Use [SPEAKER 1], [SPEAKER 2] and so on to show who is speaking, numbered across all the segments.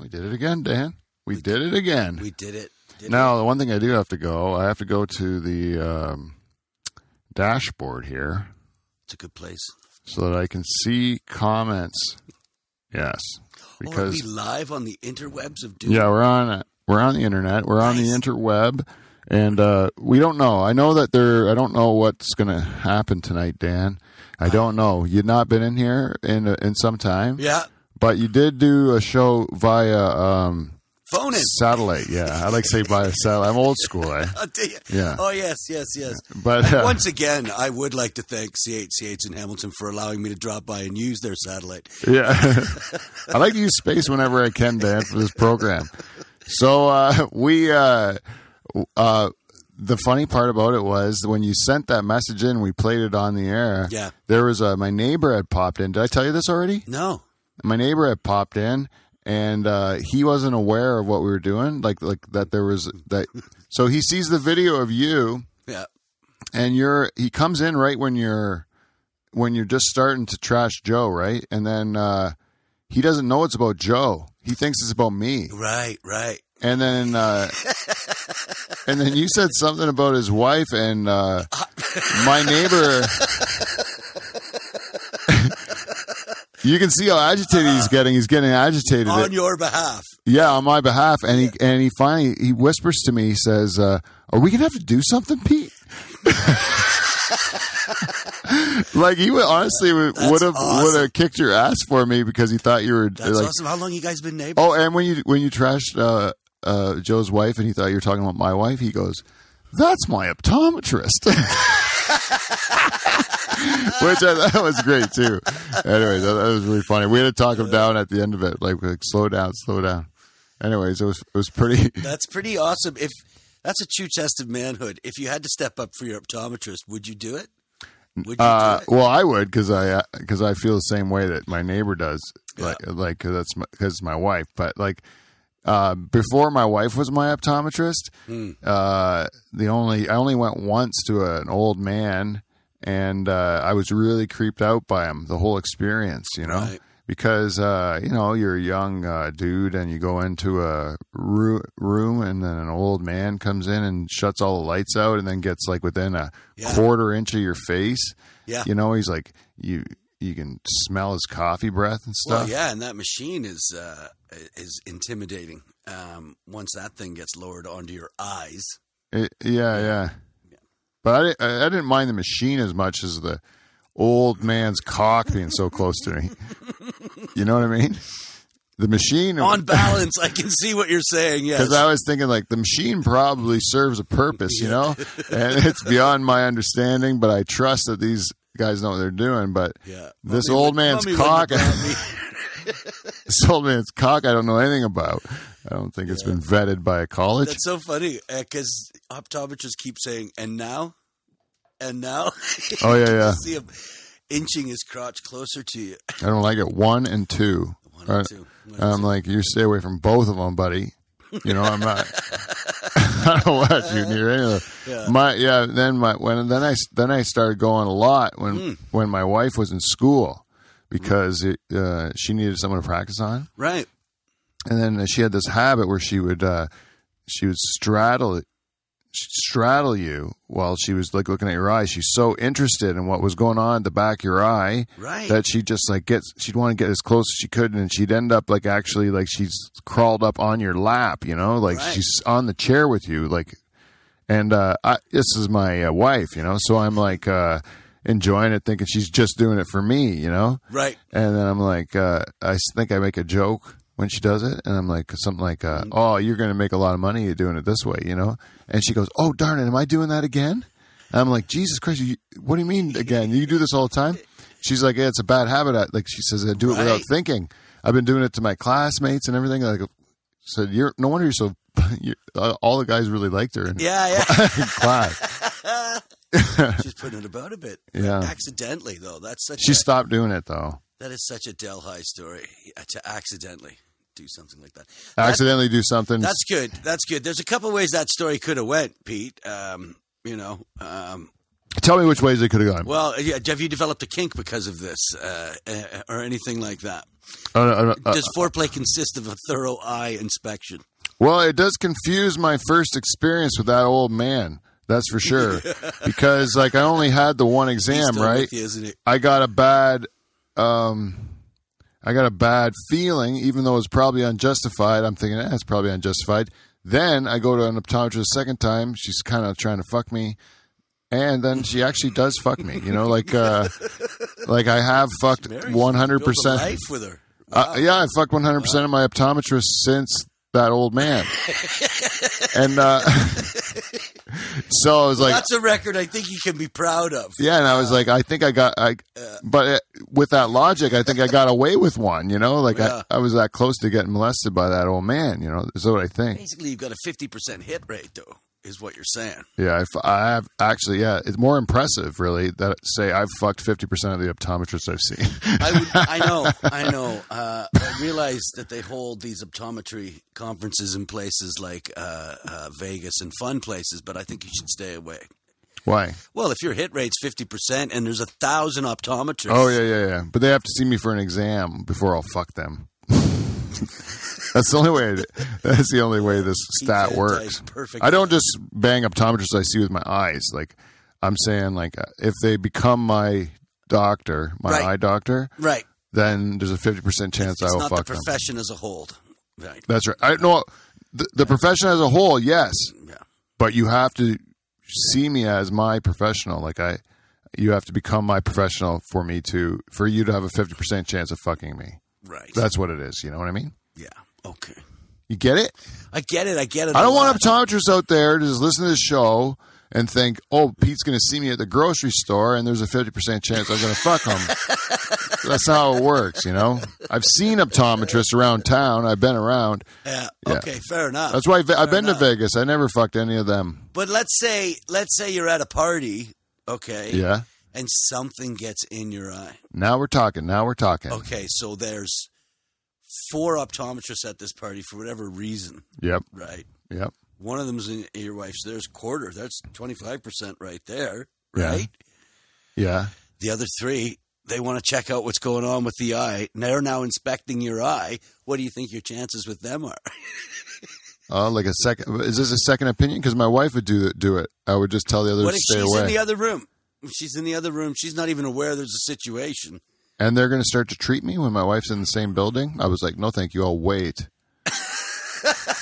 [SPEAKER 1] did it again, Dan. We, did, it again.
[SPEAKER 2] We did it. Did
[SPEAKER 1] now, the one thing I do have to go, I have to go to the um, dashboard here
[SPEAKER 2] It's a good place. Oh,
[SPEAKER 1] so that I can see comments. Yes,
[SPEAKER 2] Because
[SPEAKER 1] because
[SPEAKER 2] Oh, we live on the interwebs of Doom.
[SPEAKER 1] yeah, we're on we're on the internet, we're on the
[SPEAKER 2] Nice.
[SPEAKER 1] interweb, and uh, we don't know. I know that there. I don't know what's going to happen tonight, Dan. I don't know. You've not been in here in in some time,
[SPEAKER 2] Yeah.
[SPEAKER 1] but you did do a show via. Um,
[SPEAKER 2] Phone in.
[SPEAKER 1] Satellite, yeah. I like to say by satellite. I'm old school, eh?
[SPEAKER 2] I'll tell you.
[SPEAKER 1] Yeah.
[SPEAKER 2] Oh yes, yes, yes.
[SPEAKER 1] But
[SPEAKER 2] And
[SPEAKER 1] uh,
[SPEAKER 2] Once again, I would like to thank C8CH in Hamilton for allowing me to drop by and use their satellite.
[SPEAKER 1] yeah, I like to use space whenever I can, Dan, for this program. So uh, we, uh, uh, the funny part about it was when you sent that message in, we played it on the air.
[SPEAKER 2] Yeah.
[SPEAKER 1] there was a my neighbor had popped in. Did I tell you this already?
[SPEAKER 2] No.
[SPEAKER 1] My neighbor had popped in, and uh, he wasn't aware of what we were doing. Like like that there was that. So he sees the video of you.
[SPEAKER 2] Yeah.
[SPEAKER 1] and you're he comes in right when you're when you're just starting to trash Joe, right? And then uh, he doesn't know it's about Joe. He thinks it's about me.
[SPEAKER 2] Right. Right.
[SPEAKER 1] And then uh, and then you said something about his wife and uh, my neighbor. you can see how agitated he's getting. He's getting agitated.
[SPEAKER 2] On your behalf.
[SPEAKER 1] Yeah, on my behalf, and he and he finally he whispers to me, he says, uh, "Are we gonna have to do something, Pete?" like he would, honestly would
[SPEAKER 2] That's
[SPEAKER 1] have
[SPEAKER 2] awesome.
[SPEAKER 1] would have kicked your ass for me because he thought you were
[SPEAKER 2] That's
[SPEAKER 1] like,
[SPEAKER 2] awesome. How long you guys been neighbors?
[SPEAKER 1] oh, and when you when you trashed uh, uh, Joe's wife and he thought you were talking about my wife, he goes, "That's my optometrist." Which I thought was great too. Anyways, that, that was really funny. We had to talk him down at the end of it, like, like slow down, slow down. Anyways, it was it was pretty.
[SPEAKER 2] That's pretty awesome. If that's a true test of manhood. If you had to step up for your optometrist, would you do it? Would you
[SPEAKER 1] Uh,
[SPEAKER 2] do it?
[SPEAKER 1] well, I would because I because I feel the same way that my neighbor does, like like 'cause that's because my wife. But like uh, before, my wife was my optometrist.
[SPEAKER 2] Hmm.
[SPEAKER 1] Uh, the only I only went once to a, an old man, and uh, I was really creeped out by him the whole experience. You know.
[SPEAKER 2] Right.
[SPEAKER 1] Because uh, you know you're a young uh, dude and you go into a roo- room and then an old man comes in and shuts all the lights out and then gets like within a
[SPEAKER 2] Yeah.
[SPEAKER 1] quarter inch of your face
[SPEAKER 2] Yeah.
[SPEAKER 1] you know he's like you you can smell his coffee breath and stuff
[SPEAKER 2] Well, yeah, and that machine is uh, is intimidating. Um, once that thing gets lowered onto your eyes,
[SPEAKER 1] It- yeah, yeah but I, di- I I didn't mind the machine as much as the old man's cock being so close to me you know what i mean the machine
[SPEAKER 2] on balance, I can see what you're saying. Yes,
[SPEAKER 1] because I was thinking like the machine probably serves a purpose, you know, and it's beyond my understanding. But I trust that these guys know what they're doing. But
[SPEAKER 2] yeah.
[SPEAKER 1] this
[SPEAKER 2] Mommy
[SPEAKER 1] old
[SPEAKER 2] would-
[SPEAKER 1] man's
[SPEAKER 2] mommy
[SPEAKER 1] cock,
[SPEAKER 2] wouldn't have brought me.
[SPEAKER 1] this old man's cock, I don't know anything about. I don't think it's been vetted by a college.
[SPEAKER 2] That's so funny because optometrists keep saying, "And now, and now."
[SPEAKER 1] oh yeah, yeah.
[SPEAKER 2] I see him inching his crotch closer to you.
[SPEAKER 1] I don't like it. One and two.
[SPEAKER 2] One or
[SPEAKER 1] Right. Um,
[SPEAKER 2] two. One
[SPEAKER 1] And
[SPEAKER 2] or
[SPEAKER 1] I'm like, you stay away from both of them, buddy. You know, I'm not. I don't want you near any of them.
[SPEAKER 2] Yeah.
[SPEAKER 1] My yeah. Then my when then I then I started going a lot when when my wife was in school because it, uh, she needed someone to practice on,
[SPEAKER 2] two. right.
[SPEAKER 1] and then she had this habit where she would uh, she would straddle she'd straddle you while she was like looking at your eye. She's so interested in what was going on at the back of your eye
[SPEAKER 2] Right.
[SPEAKER 1] that she just like gets she'd want to get as close as she could and she'd end up like actually like she's crawled up on your lap you know like
[SPEAKER 2] Right.
[SPEAKER 1] she's on the chair with you like and uh I, this is my uh, wife you know so i'm like uh enjoying it thinking she's just doing it for me you know
[SPEAKER 2] right.
[SPEAKER 1] and then i'm like uh i s- think i make a joke when she does it and i'm like something like
[SPEAKER 2] Mm-hmm.
[SPEAKER 1] uh, oh you're gonna make a lot of money you doing it this way you know and she goes oh darn it am i doing that again and i'm like jesus christ you, what do you mean again you do this all the time she's like yeah, it's a bad habit I, like she says i do it without
[SPEAKER 2] Right.
[SPEAKER 1] thinking i've been doing it to my classmates and everything like said you're no wonder you're so you uh, all the guys really liked her in
[SPEAKER 2] Yeah. Yeah.
[SPEAKER 1] class
[SPEAKER 2] She's putting it about a bit.
[SPEAKER 1] Yeah.
[SPEAKER 2] Accidentally though. That's such.
[SPEAKER 1] she
[SPEAKER 2] a,
[SPEAKER 1] stopped doing it though
[SPEAKER 2] that is such a Delhi story uh, to accidentally do something like that. That's
[SPEAKER 1] accidentally do something
[SPEAKER 2] That's good. That's good. There's a couple ways that story could have went, Pete. Um, you know, um,
[SPEAKER 1] Tell me which ways they could have gone.
[SPEAKER 2] Well, yeah, have you developed a kink because of this uh, uh, or anything like that?
[SPEAKER 1] Oh, no, no, uh,
[SPEAKER 2] Does foreplay consist of a thorough eye inspection?
[SPEAKER 1] well, it does confuse my first experience with that old man. That's for sure. because like I only had the one
[SPEAKER 2] He's
[SPEAKER 1] exam,
[SPEAKER 2] still
[SPEAKER 1] right?
[SPEAKER 2] with you, isn't it?
[SPEAKER 1] I got a bad um I got a bad feeling, even though it's probably unjustified. I'm thinking, eh, it's probably unjustified. Then I go to an optometrist the second time. She's kind of trying to fuck me, and then she actually does fuck me. You know, like uh, like I have fucked
[SPEAKER 2] Mary,
[SPEAKER 1] one hundred
[SPEAKER 2] Build a
[SPEAKER 1] percent.
[SPEAKER 2] life with her.
[SPEAKER 1] Uh, yeah, I fucked 100% of my optometrist since that old man. and uh, so I was like,
[SPEAKER 2] That's a record I think you can be proud of.
[SPEAKER 1] yeah, and I was like, I think I got, I, but it, with that logic, I think I got away with one, you know? Like,
[SPEAKER 2] Yeah.
[SPEAKER 1] I, I was that close to getting molested by that old man, you know? That's what I think.
[SPEAKER 2] Basically, you've got a fifty percent hit rate, though, is what you're saying.
[SPEAKER 1] Yeah, I, f- I have actually, yeah, it's more impressive, really, that say I've fucked 50% of the optometrists I've seen.
[SPEAKER 2] I would, I know, I know. Uh, I realize that they hold these optometry conferences in places like uh, uh, Vegas and fun places, but I think you should stay away.
[SPEAKER 1] Why?
[SPEAKER 2] Well, if your hit rate's fifty percent and there's a thousand optometrists,
[SPEAKER 1] Oh yeah, yeah, yeah. But they have to see me for an exam before I'll fuck them. that's the only way. that's the only way this
[SPEAKER 2] Keith
[SPEAKER 1] stat
[SPEAKER 2] Van
[SPEAKER 1] works.
[SPEAKER 2] Dyke's Perfect.
[SPEAKER 1] I don't just bang optometrists I see with my eyes. Like I'm saying, like uh, if they become my doctor, my
[SPEAKER 2] Right.
[SPEAKER 1] eye doctor,
[SPEAKER 2] Right.
[SPEAKER 1] then there's a fifty percent chance I
[SPEAKER 2] It's
[SPEAKER 1] will
[SPEAKER 2] not the
[SPEAKER 1] fuck them.
[SPEAKER 2] profession as a whole. Right.
[SPEAKER 1] That's right. I know the, the profession as a whole, yes,
[SPEAKER 2] Yeah.
[SPEAKER 1] but you have to see me as my professional. Like I, you have to become my professional for me to for you to have a fifty percent chance of fucking me.
[SPEAKER 2] Right.
[SPEAKER 1] That's what it is. You know what I mean?
[SPEAKER 2] yeah. Okay.
[SPEAKER 1] You get it?
[SPEAKER 2] I get it. I get it.
[SPEAKER 1] I don't want
[SPEAKER 2] to.
[SPEAKER 1] optometrists out there to just listen to this show and think, oh, Pete's going to see me at the grocery store and there's a 50% chance I'm going to fuck him. That's not how it works, you know? I've seen optometrists around town. I've been around.
[SPEAKER 2] Yeah. Okay. Fair enough.
[SPEAKER 1] That's why I've, I've been to Vegas. I never fucked any of them.
[SPEAKER 2] But let's say let's say you're at a party, okay,
[SPEAKER 1] Yeah.
[SPEAKER 2] and something gets in your eye.
[SPEAKER 1] Now we're talking. Now we're talking.
[SPEAKER 2] Okay, so there's four optometrists at this party for whatever reason,
[SPEAKER 1] Yep.
[SPEAKER 2] right?
[SPEAKER 1] Yep.
[SPEAKER 2] One of them's in your wife's. There's quarter. That's twenty five percent right there,
[SPEAKER 1] Yeah.
[SPEAKER 2] right?
[SPEAKER 1] Yeah.
[SPEAKER 2] The other three, they want to check out what's going on with the eye. and They're now inspecting your eye. What do you think your chances with them are?
[SPEAKER 1] Oh, like a second. Is this a second opinion? Because my wife would do it, do it. I would just tell the others
[SPEAKER 2] what
[SPEAKER 1] to
[SPEAKER 2] if
[SPEAKER 1] stay
[SPEAKER 2] she's in
[SPEAKER 1] away.
[SPEAKER 2] the other room? If She's in the other room. She's not even aware there's a situation.
[SPEAKER 1] and they're going to start to treat me when my wife's in the same building. I was like, no, thank you. I'll wait.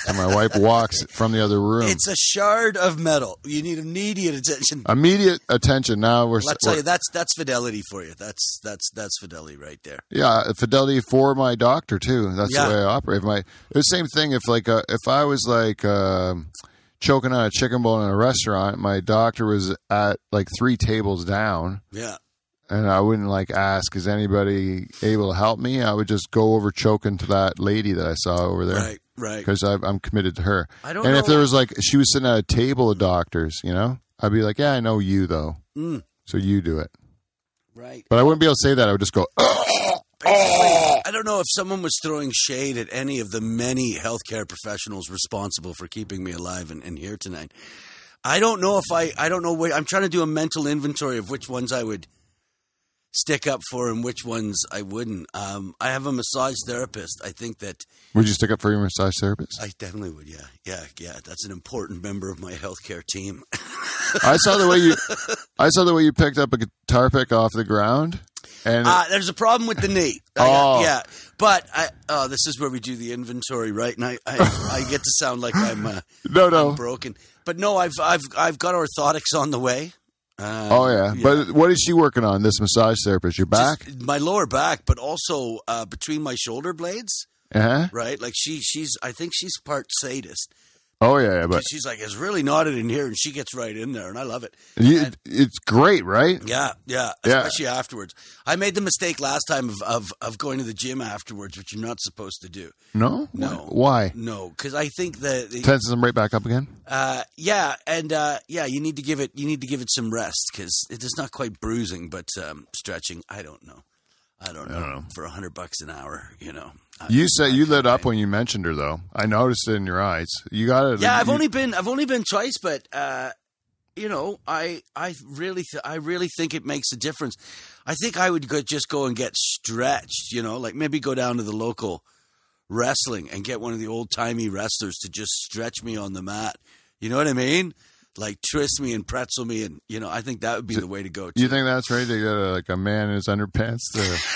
[SPEAKER 1] and my wife walks from the other room.
[SPEAKER 2] It's a shard of metal. You need immediate attention.
[SPEAKER 1] Immediate attention. Now we're,
[SPEAKER 2] Let's tell you that's that's fidelity for you. That's that's that's fidelity right there.
[SPEAKER 1] yeah, fidelity for my doctor too. That's
[SPEAKER 2] Yeah.
[SPEAKER 1] the way I operate. If my it's the same thing. If like uh, if I was like um choking on a chicken bone in a restaurant, my doctor was at like three tables down.
[SPEAKER 2] Yeah.
[SPEAKER 1] and I wouldn't like ask, is anybody able to help me? I would just go over choking to that lady that I saw over there
[SPEAKER 2] Right. Right.
[SPEAKER 1] because I'm committed to her.
[SPEAKER 2] I don't
[SPEAKER 1] and if
[SPEAKER 2] know-
[SPEAKER 1] there was like she was sitting at a table of doctors, you know, I'd be like, yeah, I know you though,
[SPEAKER 2] Mm.
[SPEAKER 1] so you do it.
[SPEAKER 2] Right. Oh.
[SPEAKER 1] But I wouldn't be able to say that. I would just go, "Ugh."
[SPEAKER 2] I don't know if someone was throwing shade at any of the many healthcare professionals responsible for keeping me alive and, and here tonight. I don't know if I I don't know where I'm trying to do a mental inventory of which ones I would stick up for and which ones I wouldn't. Um, I have a massage therapist. I think that
[SPEAKER 1] would you stick up for your massage therapist?
[SPEAKER 2] I definitely would. Yeah, yeah, yeah. That's an important member of my healthcare team.
[SPEAKER 1] I saw the way you, I saw the way you picked up a guitar pick off the ground, and
[SPEAKER 2] Uh, there's a problem with the knee. I got-
[SPEAKER 1] Oh.
[SPEAKER 2] yeah. But I, oh, this is where we do the inventory, right? And I, I, I get to sound like I'm uh,
[SPEAKER 1] no, no,
[SPEAKER 2] broken. But no, I've, I've, I've got orthotics on the way. Uh,
[SPEAKER 1] oh yeah. But what is she working on? This massage therapist, your back?
[SPEAKER 2] Just my lower back, but also uh, between my shoulder blades,
[SPEAKER 1] uh-huh.
[SPEAKER 2] right? Like she, she's, I think she's part sadist.
[SPEAKER 1] Oh yeah, yeah, but
[SPEAKER 2] she's like, it's really knotted in here, and she gets right in there, and I love it.
[SPEAKER 1] you, it's great, right?
[SPEAKER 2] Yeah, yeah,
[SPEAKER 1] Yeah.
[SPEAKER 2] especially afterwards. I made the mistake last time of, of of going to the gym afterwards, which you're not supposed to do.
[SPEAKER 1] No,
[SPEAKER 2] No.
[SPEAKER 1] Why?
[SPEAKER 2] No, because I think that the,
[SPEAKER 1] Tenses them right back up again.
[SPEAKER 2] uh, yeah, and uh, yeah, you need to give it you need to give it some rest because it's not quite bruising, but um, stretching. I don't know, I don't know, for a hundred bucks an hour, you know. Uh, I-
[SPEAKER 1] You said you lit up when you mentioned her, though. I noticed it in your eyes. You got it.
[SPEAKER 2] yeah, I've
[SPEAKER 1] you-
[SPEAKER 2] only been I've only been twice, but uh, you know, I I really th- I really think it makes a difference. I think I would go, just go and get stretched, you know, like maybe go down to the local wrestling and get one of the old timey wrestlers to just stretch me on the mat. You know what I mean? Like twist me and pretzel me, and you know, I think that would be the way to go.
[SPEAKER 1] You think that's right? They got a, like a man in his underpants.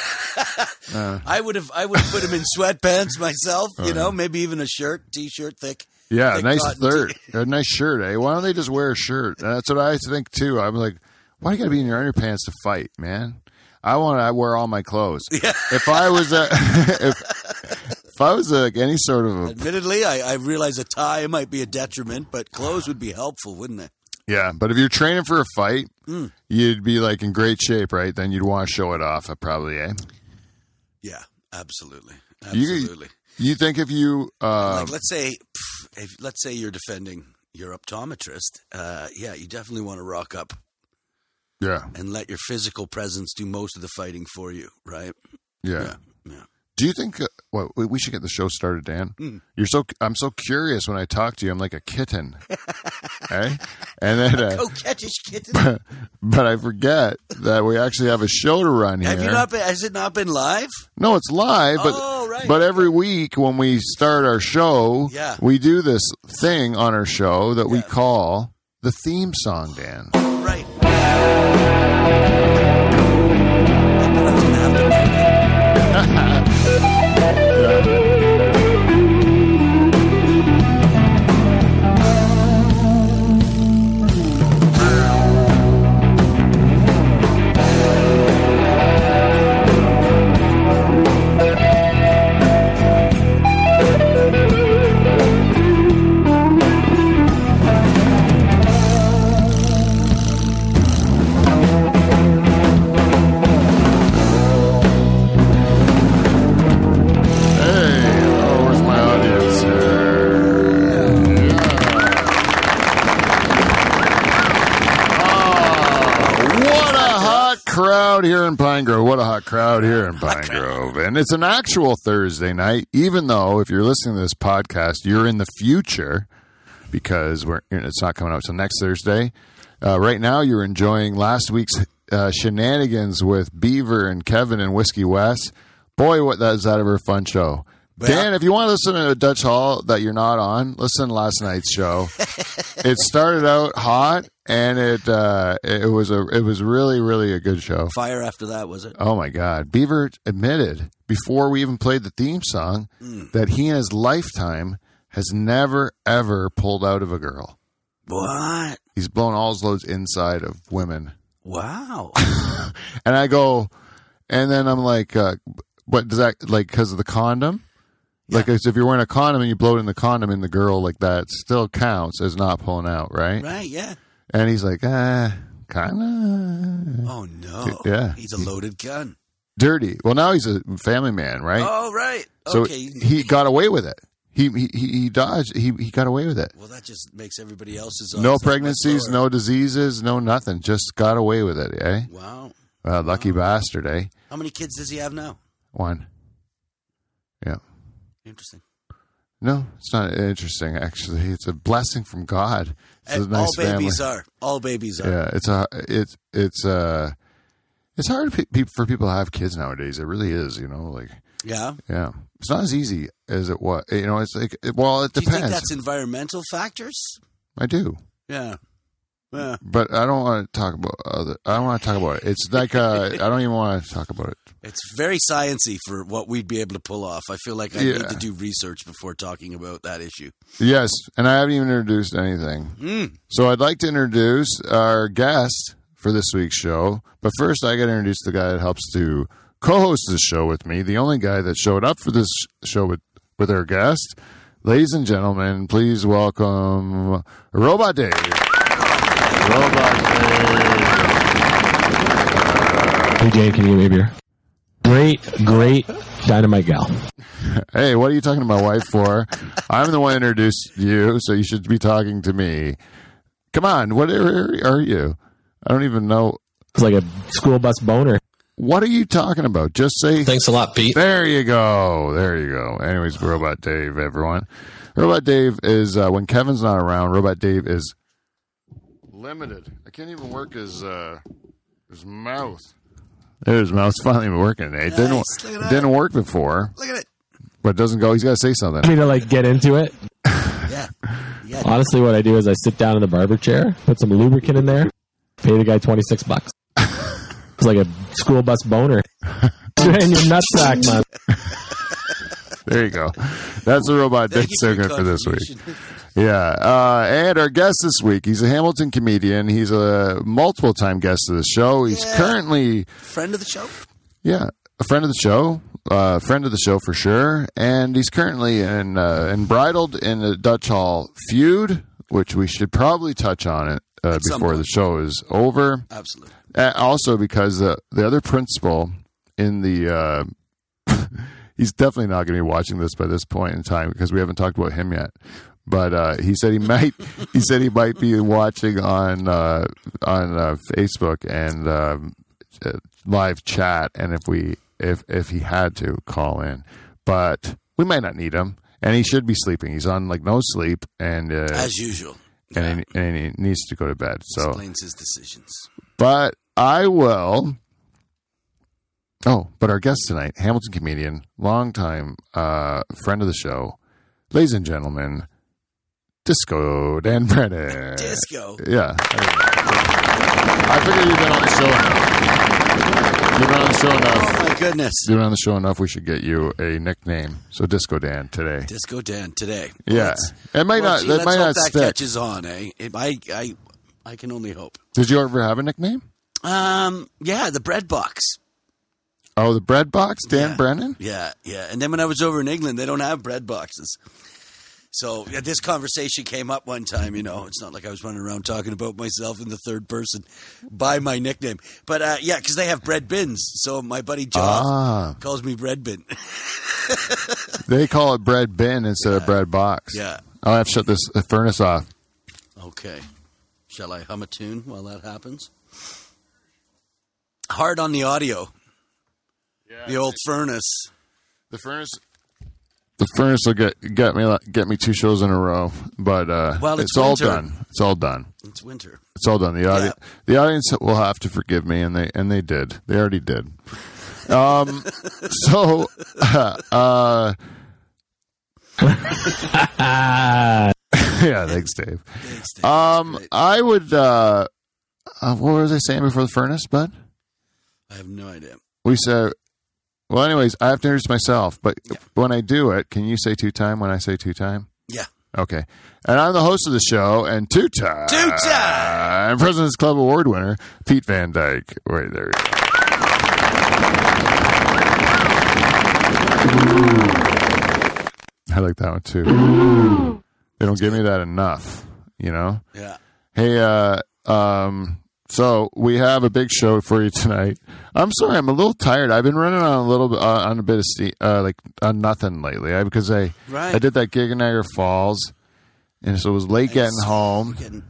[SPEAKER 1] To, uh,
[SPEAKER 2] I would have I would have put him in sweatpants myself.
[SPEAKER 1] Uh-huh.
[SPEAKER 2] You know, maybe even a shirt, t-shirt, thick.
[SPEAKER 1] yeah,
[SPEAKER 2] thick
[SPEAKER 1] nice
[SPEAKER 2] cotton
[SPEAKER 1] third,
[SPEAKER 2] tee.
[SPEAKER 1] a nice shirt. Eh? Why don't they just wear a shirt? That's what I think too. I'm like, why do you got to be in your underpants to fight, man? I want to wear all my clothes. If I was a, if, if I was like any sort of a,
[SPEAKER 2] Admittedly, I, I realize a tie might be a detriment, but clothes would be helpful, wouldn't it?
[SPEAKER 1] yeah, but if you're training for a fight,
[SPEAKER 2] Hmm.
[SPEAKER 1] you'd be like in great shape, right? Then you'd want to show it off, uh, probably. Eh?
[SPEAKER 2] Yeah, absolutely,
[SPEAKER 1] You-
[SPEAKER 2] absolutely.
[SPEAKER 1] You think if you, uh,
[SPEAKER 2] like let's say pff, if, let's say you're defending your optometrist uh, yeah you definitely want to rock up
[SPEAKER 1] yeah,
[SPEAKER 2] and let your physical presence do most of the fighting for you right
[SPEAKER 1] yeah,
[SPEAKER 2] yeah yeah
[SPEAKER 1] Do you think? uh, Well, we- we should get the show started, Dan.
[SPEAKER 2] Hmm.
[SPEAKER 1] You're so I'm so curious when I talk to you. I'm like a kitten, eh? And then, uh,
[SPEAKER 2] oh catchish kitten
[SPEAKER 1] but I forget that we actually have a show to run here.
[SPEAKER 2] have you not been has it not been live
[SPEAKER 1] no, it's live, but
[SPEAKER 2] Oh, right.
[SPEAKER 1] but every week when we start our show,
[SPEAKER 2] Yeah.
[SPEAKER 1] we do this thing on our show that we
[SPEAKER 2] Yeah.
[SPEAKER 1] call the theme song, Dan.
[SPEAKER 2] right I bet I was gonna have to make it.
[SPEAKER 1] Hey, oh, where's my audience here? Oh, what a hot crowd here in Pine Grove. What a hot crowd here in Pine Grove. And it's an actual Thursday night, even though if you're listening to this podcast, you're in the future because we're it's not coming out till next Thursday. Uh, right now, you're enjoying last week's uh, shenanigans with Beaver and Kevin and Whiskey West. Boy, what that is out of a fun show. Dan, if you want to listen to a Dutch Hall that you're not on, listen to last night's show. it started out hot, and it uh, it was a it was really really a good show.
[SPEAKER 2] fire after that was it
[SPEAKER 1] Oh my God. Beaver admitted before we even played the theme song that he in his lifetime has never, ever pulled out of a girl.
[SPEAKER 2] what
[SPEAKER 1] He's blown all his loads inside of women.
[SPEAKER 2] wow
[SPEAKER 1] And I go, and then I'm like, uh, what does that, like, because of the condom? Like, as if you're wearing a condom and you blow it in the condom in the girl, like that still counts as not pulling out, right?
[SPEAKER 2] right yeah
[SPEAKER 1] And he's like, ah, kind of
[SPEAKER 2] oh no
[SPEAKER 1] Yeah.
[SPEAKER 2] he's a loaded gun
[SPEAKER 1] dirty. Well, now he's a family man, right?
[SPEAKER 2] oh right
[SPEAKER 1] So
[SPEAKER 2] okay
[SPEAKER 1] he got away with it. He he he he dodged. He he got away with it.
[SPEAKER 2] well that just makes everybody else's
[SPEAKER 1] No
[SPEAKER 2] odds that much
[SPEAKER 1] pregnancies,
[SPEAKER 2] lower.
[SPEAKER 1] no diseases, no nothing. Just got away with it. Eh?
[SPEAKER 2] wow
[SPEAKER 1] Uh, lucky bastard. Eh?
[SPEAKER 2] How many kids does he have now?
[SPEAKER 1] One. Yeah.
[SPEAKER 2] Interesting.
[SPEAKER 1] No, it's not interesting. Actually, it's a blessing from God. It's a
[SPEAKER 2] And
[SPEAKER 1] nice
[SPEAKER 2] all
[SPEAKER 1] family.
[SPEAKER 2] babies are. All babies are.
[SPEAKER 1] yeah. It's a it's it's uh it's hard pe- pe- for people to have kids nowadays. It really is. You know, like
[SPEAKER 2] Yeah.
[SPEAKER 1] yeah, it's not as easy as it was. You know, it's like it, well, it
[SPEAKER 2] Do you
[SPEAKER 1] depends.
[SPEAKER 2] think that's environmental factors?
[SPEAKER 1] I do.
[SPEAKER 2] Yeah. Yeah.
[SPEAKER 1] but I don't want to talk about other. I don't want to talk about it. It's like uh, I don't even want to talk about it.
[SPEAKER 2] It's very sciency for what we'd be able to pull off. I feel like I
[SPEAKER 1] Yeah.
[SPEAKER 2] need to do research before talking about that issue.
[SPEAKER 1] Yes, and I haven't even introduced anything.
[SPEAKER 2] Mm.
[SPEAKER 1] So I'd like to introduce our guest for this week's show. But first, I got to introduce the guy that helps to co-host this show with me. The only guy that showed up for this show with with our guest, ladies and gentlemen, please welcome Robot Dave. Robot Dave.
[SPEAKER 3] Hey Dave, can you give me a beer? Great, great dynamite gal.
[SPEAKER 1] Hey, what are you talking to my wife for? I'm the one who introduced you, so you should be talking to me. Come on, what are, are you? I don't even know.
[SPEAKER 3] It's like a school bus boner.
[SPEAKER 1] What are you talking about? Just say.
[SPEAKER 4] Thanks a lot, Pete.
[SPEAKER 1] There you go. There you go. Anyways, Robot Dave, everyone. Robot Dave is, uh, when Kevin's not around, Robot Dave is Limited. I can't even work his uh, his mouth. There's mouth's finally working. eh? It didn't
[SPEAKER 2] Nice, look at that.
[SPEAKER 1] didn't work before,
[SPEAKER 2] Look at it.
[SPEAKER 1] but it doesn't go. He's got to say
[SPEAKER 3] Want
[SPEAKER 1] something.
[SPEAKER 3] me to like get into it?
[SPEAKER 2] Yeah. Yeah.
[SPEAKER 3] Honestly, what I do is I sit down in the barber chair, put some lubricant in there, pay the guy twenty six bucks. It's like a school bus boner. You're in your nutsack, man.
[SPEAKER 1] There you go. That's the robot dick
[SPEAKER 2] Thank you
[SPEAKER 1] segment
[SPEAKER 2] your
[SPEAKER 1] for this week.
[SPEAKER 2] contribution.
[SPEAKER 1] Yeah. Uh, and our guest this week, he's a Hamilton comedian. He's a multiple time guest of the show. He's
[SPEAKER 2] Yeah.
[SPEAKER 1] currently
[SPEAKER 2] Friend of the show.
[SPEAKER 1] Yeah, a friend of the show, uh, friend of the show for sure, and he's currently in uh, in bridled in the Dutch Hall feud, which we should probably touch on it uh,
[SPEAKER 2] some
[SPEAKER 1] before the show is over.
[SPEAKER 2] Absolutely.
[SPEAKER 1] Uh, also, because the the other principal in the uh, he's definitely not going to be watching this by this point in time because we haven't talked about him yet. But uh, he said he might. he said he might be watching on uh, on uh, Facebook and um, uh, live chat, and if we if if he had to call in, but we might not need him. And he should be sleeping. He's on like no sleep, and uh,
[SPEAKER 2] As usual.
[SPEAKER 1] and, he, and he needs to go to bed. So
[SPEAKER 2] Explains his decisions.
[SPEAKER 1] but I will. Oh, but our guest tonight, Hamilton comedian, longtime uh, friend of the show, ladies and gentlemen, Disco Dan Brennan.
[SPEAKER 2] Disco.
[SPEAKER 1] Yeah. I figured you've been on the show enough. You've been on the show enough.
[SPEAKER 2] Oh my goodness.
[SPEAKER 1] You've been on the show enough. We should get you a nickname. So Disco Dan today.
[SPEAKER 2] Disco Dan today.
[SPEAKER 1] Yeah.
[SPEAKER 2] Let's-
[SPEAKER 1] It might
[SPEAKER 2] well,
[SPEAKER 1] not.
[SPEAKER 2] gee,
[SPEAKER 1] That
[SPEAKER 2] let's
[SPEAKER 1] might
[SPEAKER 2] hope
[SPEAKER 1] not
[SPEAKER 2] that
[SPEAKER 1] stick.
[SPEAKER 2] catches on, eh? It, I, I, I can only hope.
[SPEAKER 1] Did you ever have a nickname?
[SPEAKER 2] Um, yeah, the bread box.
[SPEAKER 1] Oh, the bread box, Dan
[SPEAKER 2] Yeah.
[SPEAKER 1] Brennan.
[SPEAKER 2] Yeah, yeah. And then when I was over in England, they don't have bread boxes. So yeah, this conversation came up one time. You know, it's not like I was running around talking about myself in the third person by my nickname. But uh, yeah, because they have bread bins. So my buddy Joff
[SPEAKER 1] Ah.
[SPEAKER 2] calls me bread bin.
[SPEAKER 1] They call it bread bin instead of bread box.
[SPEAKER 2] Yeah.
[SPEAKER 1] I'll have to shut this furnace off.
[SPEAKER 2] Okay. Shall I hum a tune while that happens? Hard on the audio. the old furnace.
[SPEAKER 1] The furnace. The furnace will get get me get me two shows in a row, but uh,
[SPEAKER 2] Well, it's
[SPEAKER 1] it's, all
[SPEAKER 2] winter.
[SPEAKER 1] done. It's all done.
[SPEAKER 2] It's winter.
[SPEAKER 1] It's all done. The audience the audience will have to forgive me, and they and they did. They already did. Um. so. Uh. yeah. Thanks, Dave.
[SPEAKER 2] Thanks, Dave.
[SPEAKER 1] Um. I would. Uh, uh. What was I saying before the furnace, bud?
[SPEAKER 2] I have no idea.
[SPEAKER 1] we said, well, anyways, I have to introduce myself, but when I do it, can you say two time when I say two time?
[SPEAKER 2] Yeah.
[SPEAKER 1] Okay. And I'm the host of the show and two time.
[SPEAKER 2] Two-time!
[SPEAKER 1] I'm President's Club Award winner, Pete Van Dyke. Wait, there you go. I like that one too. They don't give me that enough, you know?
[SPEAKER 2] Yeah.
[SPEAKER 1] Hey, uh, um, so we have a big show for you tonight. I'm sorry, I'm a little tired. I've been running on a little bit, uh, on a bit of ste uh, like on nothing lately. I, because I
[SPEAKER 2] Right.
[SPEAKER 1] I did that gig in Niagara Falls, and so it was late getting home.
[SPEAKER 2] We're getting,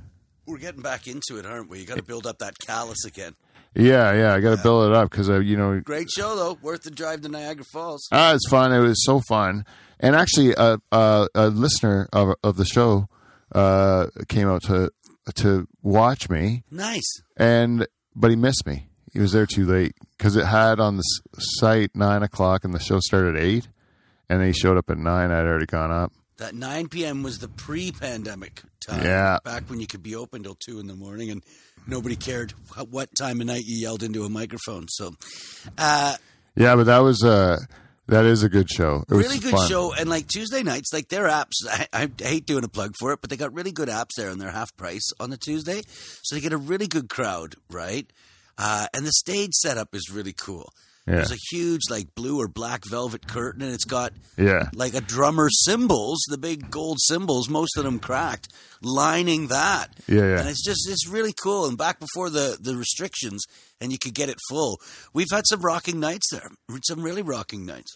[SPEAKER 2] we're getting back into it, aren't we? You got to build up that callus again.
[SPEAKER 1] Yeah, yeah, I got to build it up because I, you know,
[SPEAKER 2] Great show though. Worth the drive to Niagara Falls.
[SPEAKER 1] ah, it's fun. It was so fun. And actually, uh, uh, a listener of of the show uh, came out to to watch me.
[SPEAKER 2] Nice.
[SPEAKER 1] and but he missed me. He was there too late because it had on the s- site nine o'clock, and the show started at eight, and he showed up at nine. I'd already gone up.
[SPEAKER 2] That 9 p.m. was the pre-pandemic time.
[SPEAKER 1] Yeah.
[SPEAKER 2] Back when you could be open till two in the morning and nobody cared wh- what time of night you yelled into a microphone. So, uh,
[SPEAKER 1] Yeah, but that was uh that is a good show. It was
[SPEAKER 2] really good
[SPEAKER 1] fun.
[SPEAKER 2] show. And like Tuesday nights, like their apps, I, I hate doing a plug for it, but they got really good apps there and they're half price on the Tuesday. So they get a really good crowd, right? Uh, and the stage setup is really cool.
[SPEAKER 1] Yeah.
[SPEAKER 2] There's a huge like blue or black velvet curtain and it's got
[SPEAKER 1] Yeah,
[SPEAKER 2] like a drummer cymbals, the big gold cymbals, most of them cracked, lining that.
[SPEAKER 1] Yeah, yeah.
[SPEAKER 2] And it's just it's really cool. And back before the the restrictions, and you could get it full. We've had some rocking nights there, some really rocking nights.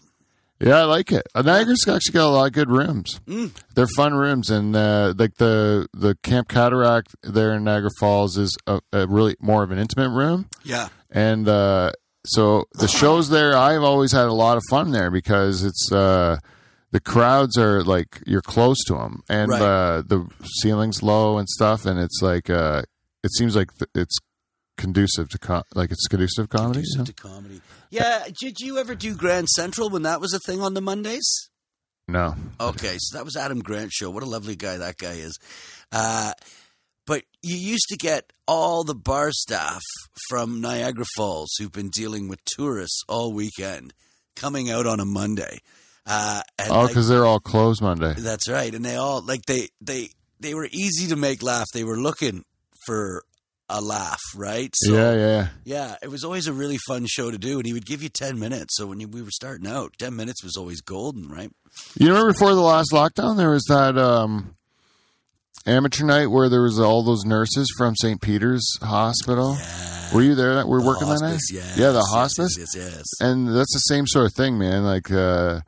[SPEAKER 1] yeah, I like it. Uh, Niagara's actually got a lot of good rooms.
[SPEAKER 2] Mm.
[SPEAKER 1] They're fun rooms, and uh, like the the Camp Cataract there in Niagara Falls is a, a really more of an intimate room.
[SPEAKER 2] Yeah,
[SPEAKER 1] and uh, so the shows there i've always had a lot of fun there because it's uh, the crowds are like you're close to them and
[SPEAKER 2] Right.
[SPEAKER 1] uh, the ceiling's low and stuff and it's like uh, it seems like th- it's conducive to co- like it's conducive to comedy.
[SPEAKER 2] Conducive to comedy. Yeah. Did you ever do Grand Central when that was a thing on the Mondays?
[SPEAKER 1] No,
[SPEAKER 2] Okay, so that was Adam Grant show. What a lovely guy that guy is. Uh, but you used to get all the bar staff from Niagara Falls who've been dealing with tourists all weekend coming out on a Monday. Uh, and
[SPEAKER 1] oh,
[SPEAKER 2] like-
[SPEAKER 1] because they're all closed Monday.
[SPEAKER 2] that's right, and they all like they they they were easy to make laugh. They were looking for a laugh, right? So,
[SPEAKER 1] yeah, yeah.
[SPEAKER 2] yeah, it was always a really fun show to do, and he would give you ten minutes. So when you, we were starting out, ten minutes was always golden, right?
[SPEAKER 1] You remember before the last lockdown, there was that um, amateur night where there was all those nurses from St. Peter's Hospital. Were you there? That were
[SPEAKER 2] The
[SPEAKER 1] working
[SPEAKER 2] hospice,
[SPEAKER 1] that night.
[SPEAKER 2] yes,
[SPEAKER 1] yeah, the
[SPEAKER 2] yes,
[SPEAKER 1] hospice,
[SPEAKER 2] Yes, yes, yes.
[SPEAKER 1] and that's the same sort of thing, man. Like, uh,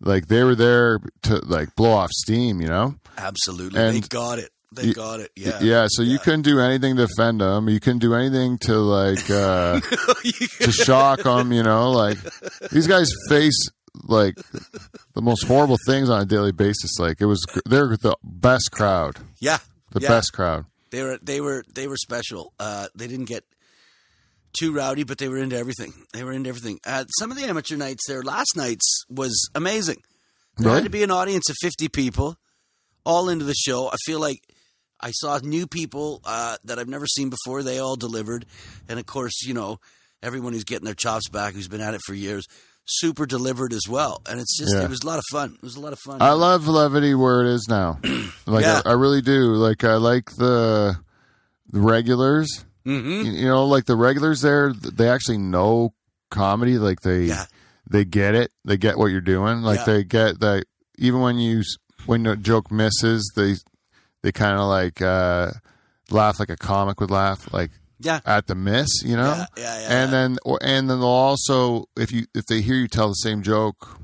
[SPEAKER 1] like they were there to like blow off steam, you know.
[SPEAKER 2] Absolutely. they
[SPEAKER 1] And-
[SPEAKER 2] got it. They
[SPEAKER 1] Y-
[SPEAKER 2] got it. Yeah.
[SPEAKER 1] so you couldn't do anything to offend them. You couldn't do anything to like uh, to shock them. You know, like these guys face like the most horrible things on a daily basis. Like it was, they're the best crowd,
[SPEAKER 2] yeah.
[SPEAKER 1] the
[SPEAKER 2] yeah.
[SPEAKER 1] best crowd.
[SPEAKER 2] They were they were they were special. Uh, they didn't get too rowdy, but they were into everything. They were into everything. Uh, some of the amateur nights there last nights was amazing. There had
[SPEAKER 1] Really?
[SPEAKER 2] to be an audience of fifty people, all into the show. I feel like I saw new people uh, that I've never seen before. They all delivered, and of course, you know, everyone who's getting their chops back, who's been at it for years, super delivered as well. And it's just
[SPEAKER 1] Yeah. Uh,
[SPEAKER 2] it was a lot of fun. It was a lot of fun.
[SPEAKER 1] I love levity where it is now. Like
[SPEAKER 2] Yeah.
[SPEAKER 1] I, I really do. Like I like the, the regulars.
[SPEAKER 2] mm-hmm.
[SPEAKER 1] You, you know, like the regulars there, they actually know comedy. Like they
[SPEAKER 2] Yeah.
[SPEAKER 1] they get it. They get what you're doing. Like
[SPEAKER 2] Yeah.
[SPEAKER 1] they get that even when you s- when a joke misses, they they kind of like uh, laugh like a comic would laugh, like
[SPEAKER 2] Yeah.
[SPEAKER 1] at the miss. You know.
[SPEAKER 2] Yeah, yeah, yeah.
[SPEAKER 1] and then or, and then they'll also if you if they hear you tell the same joke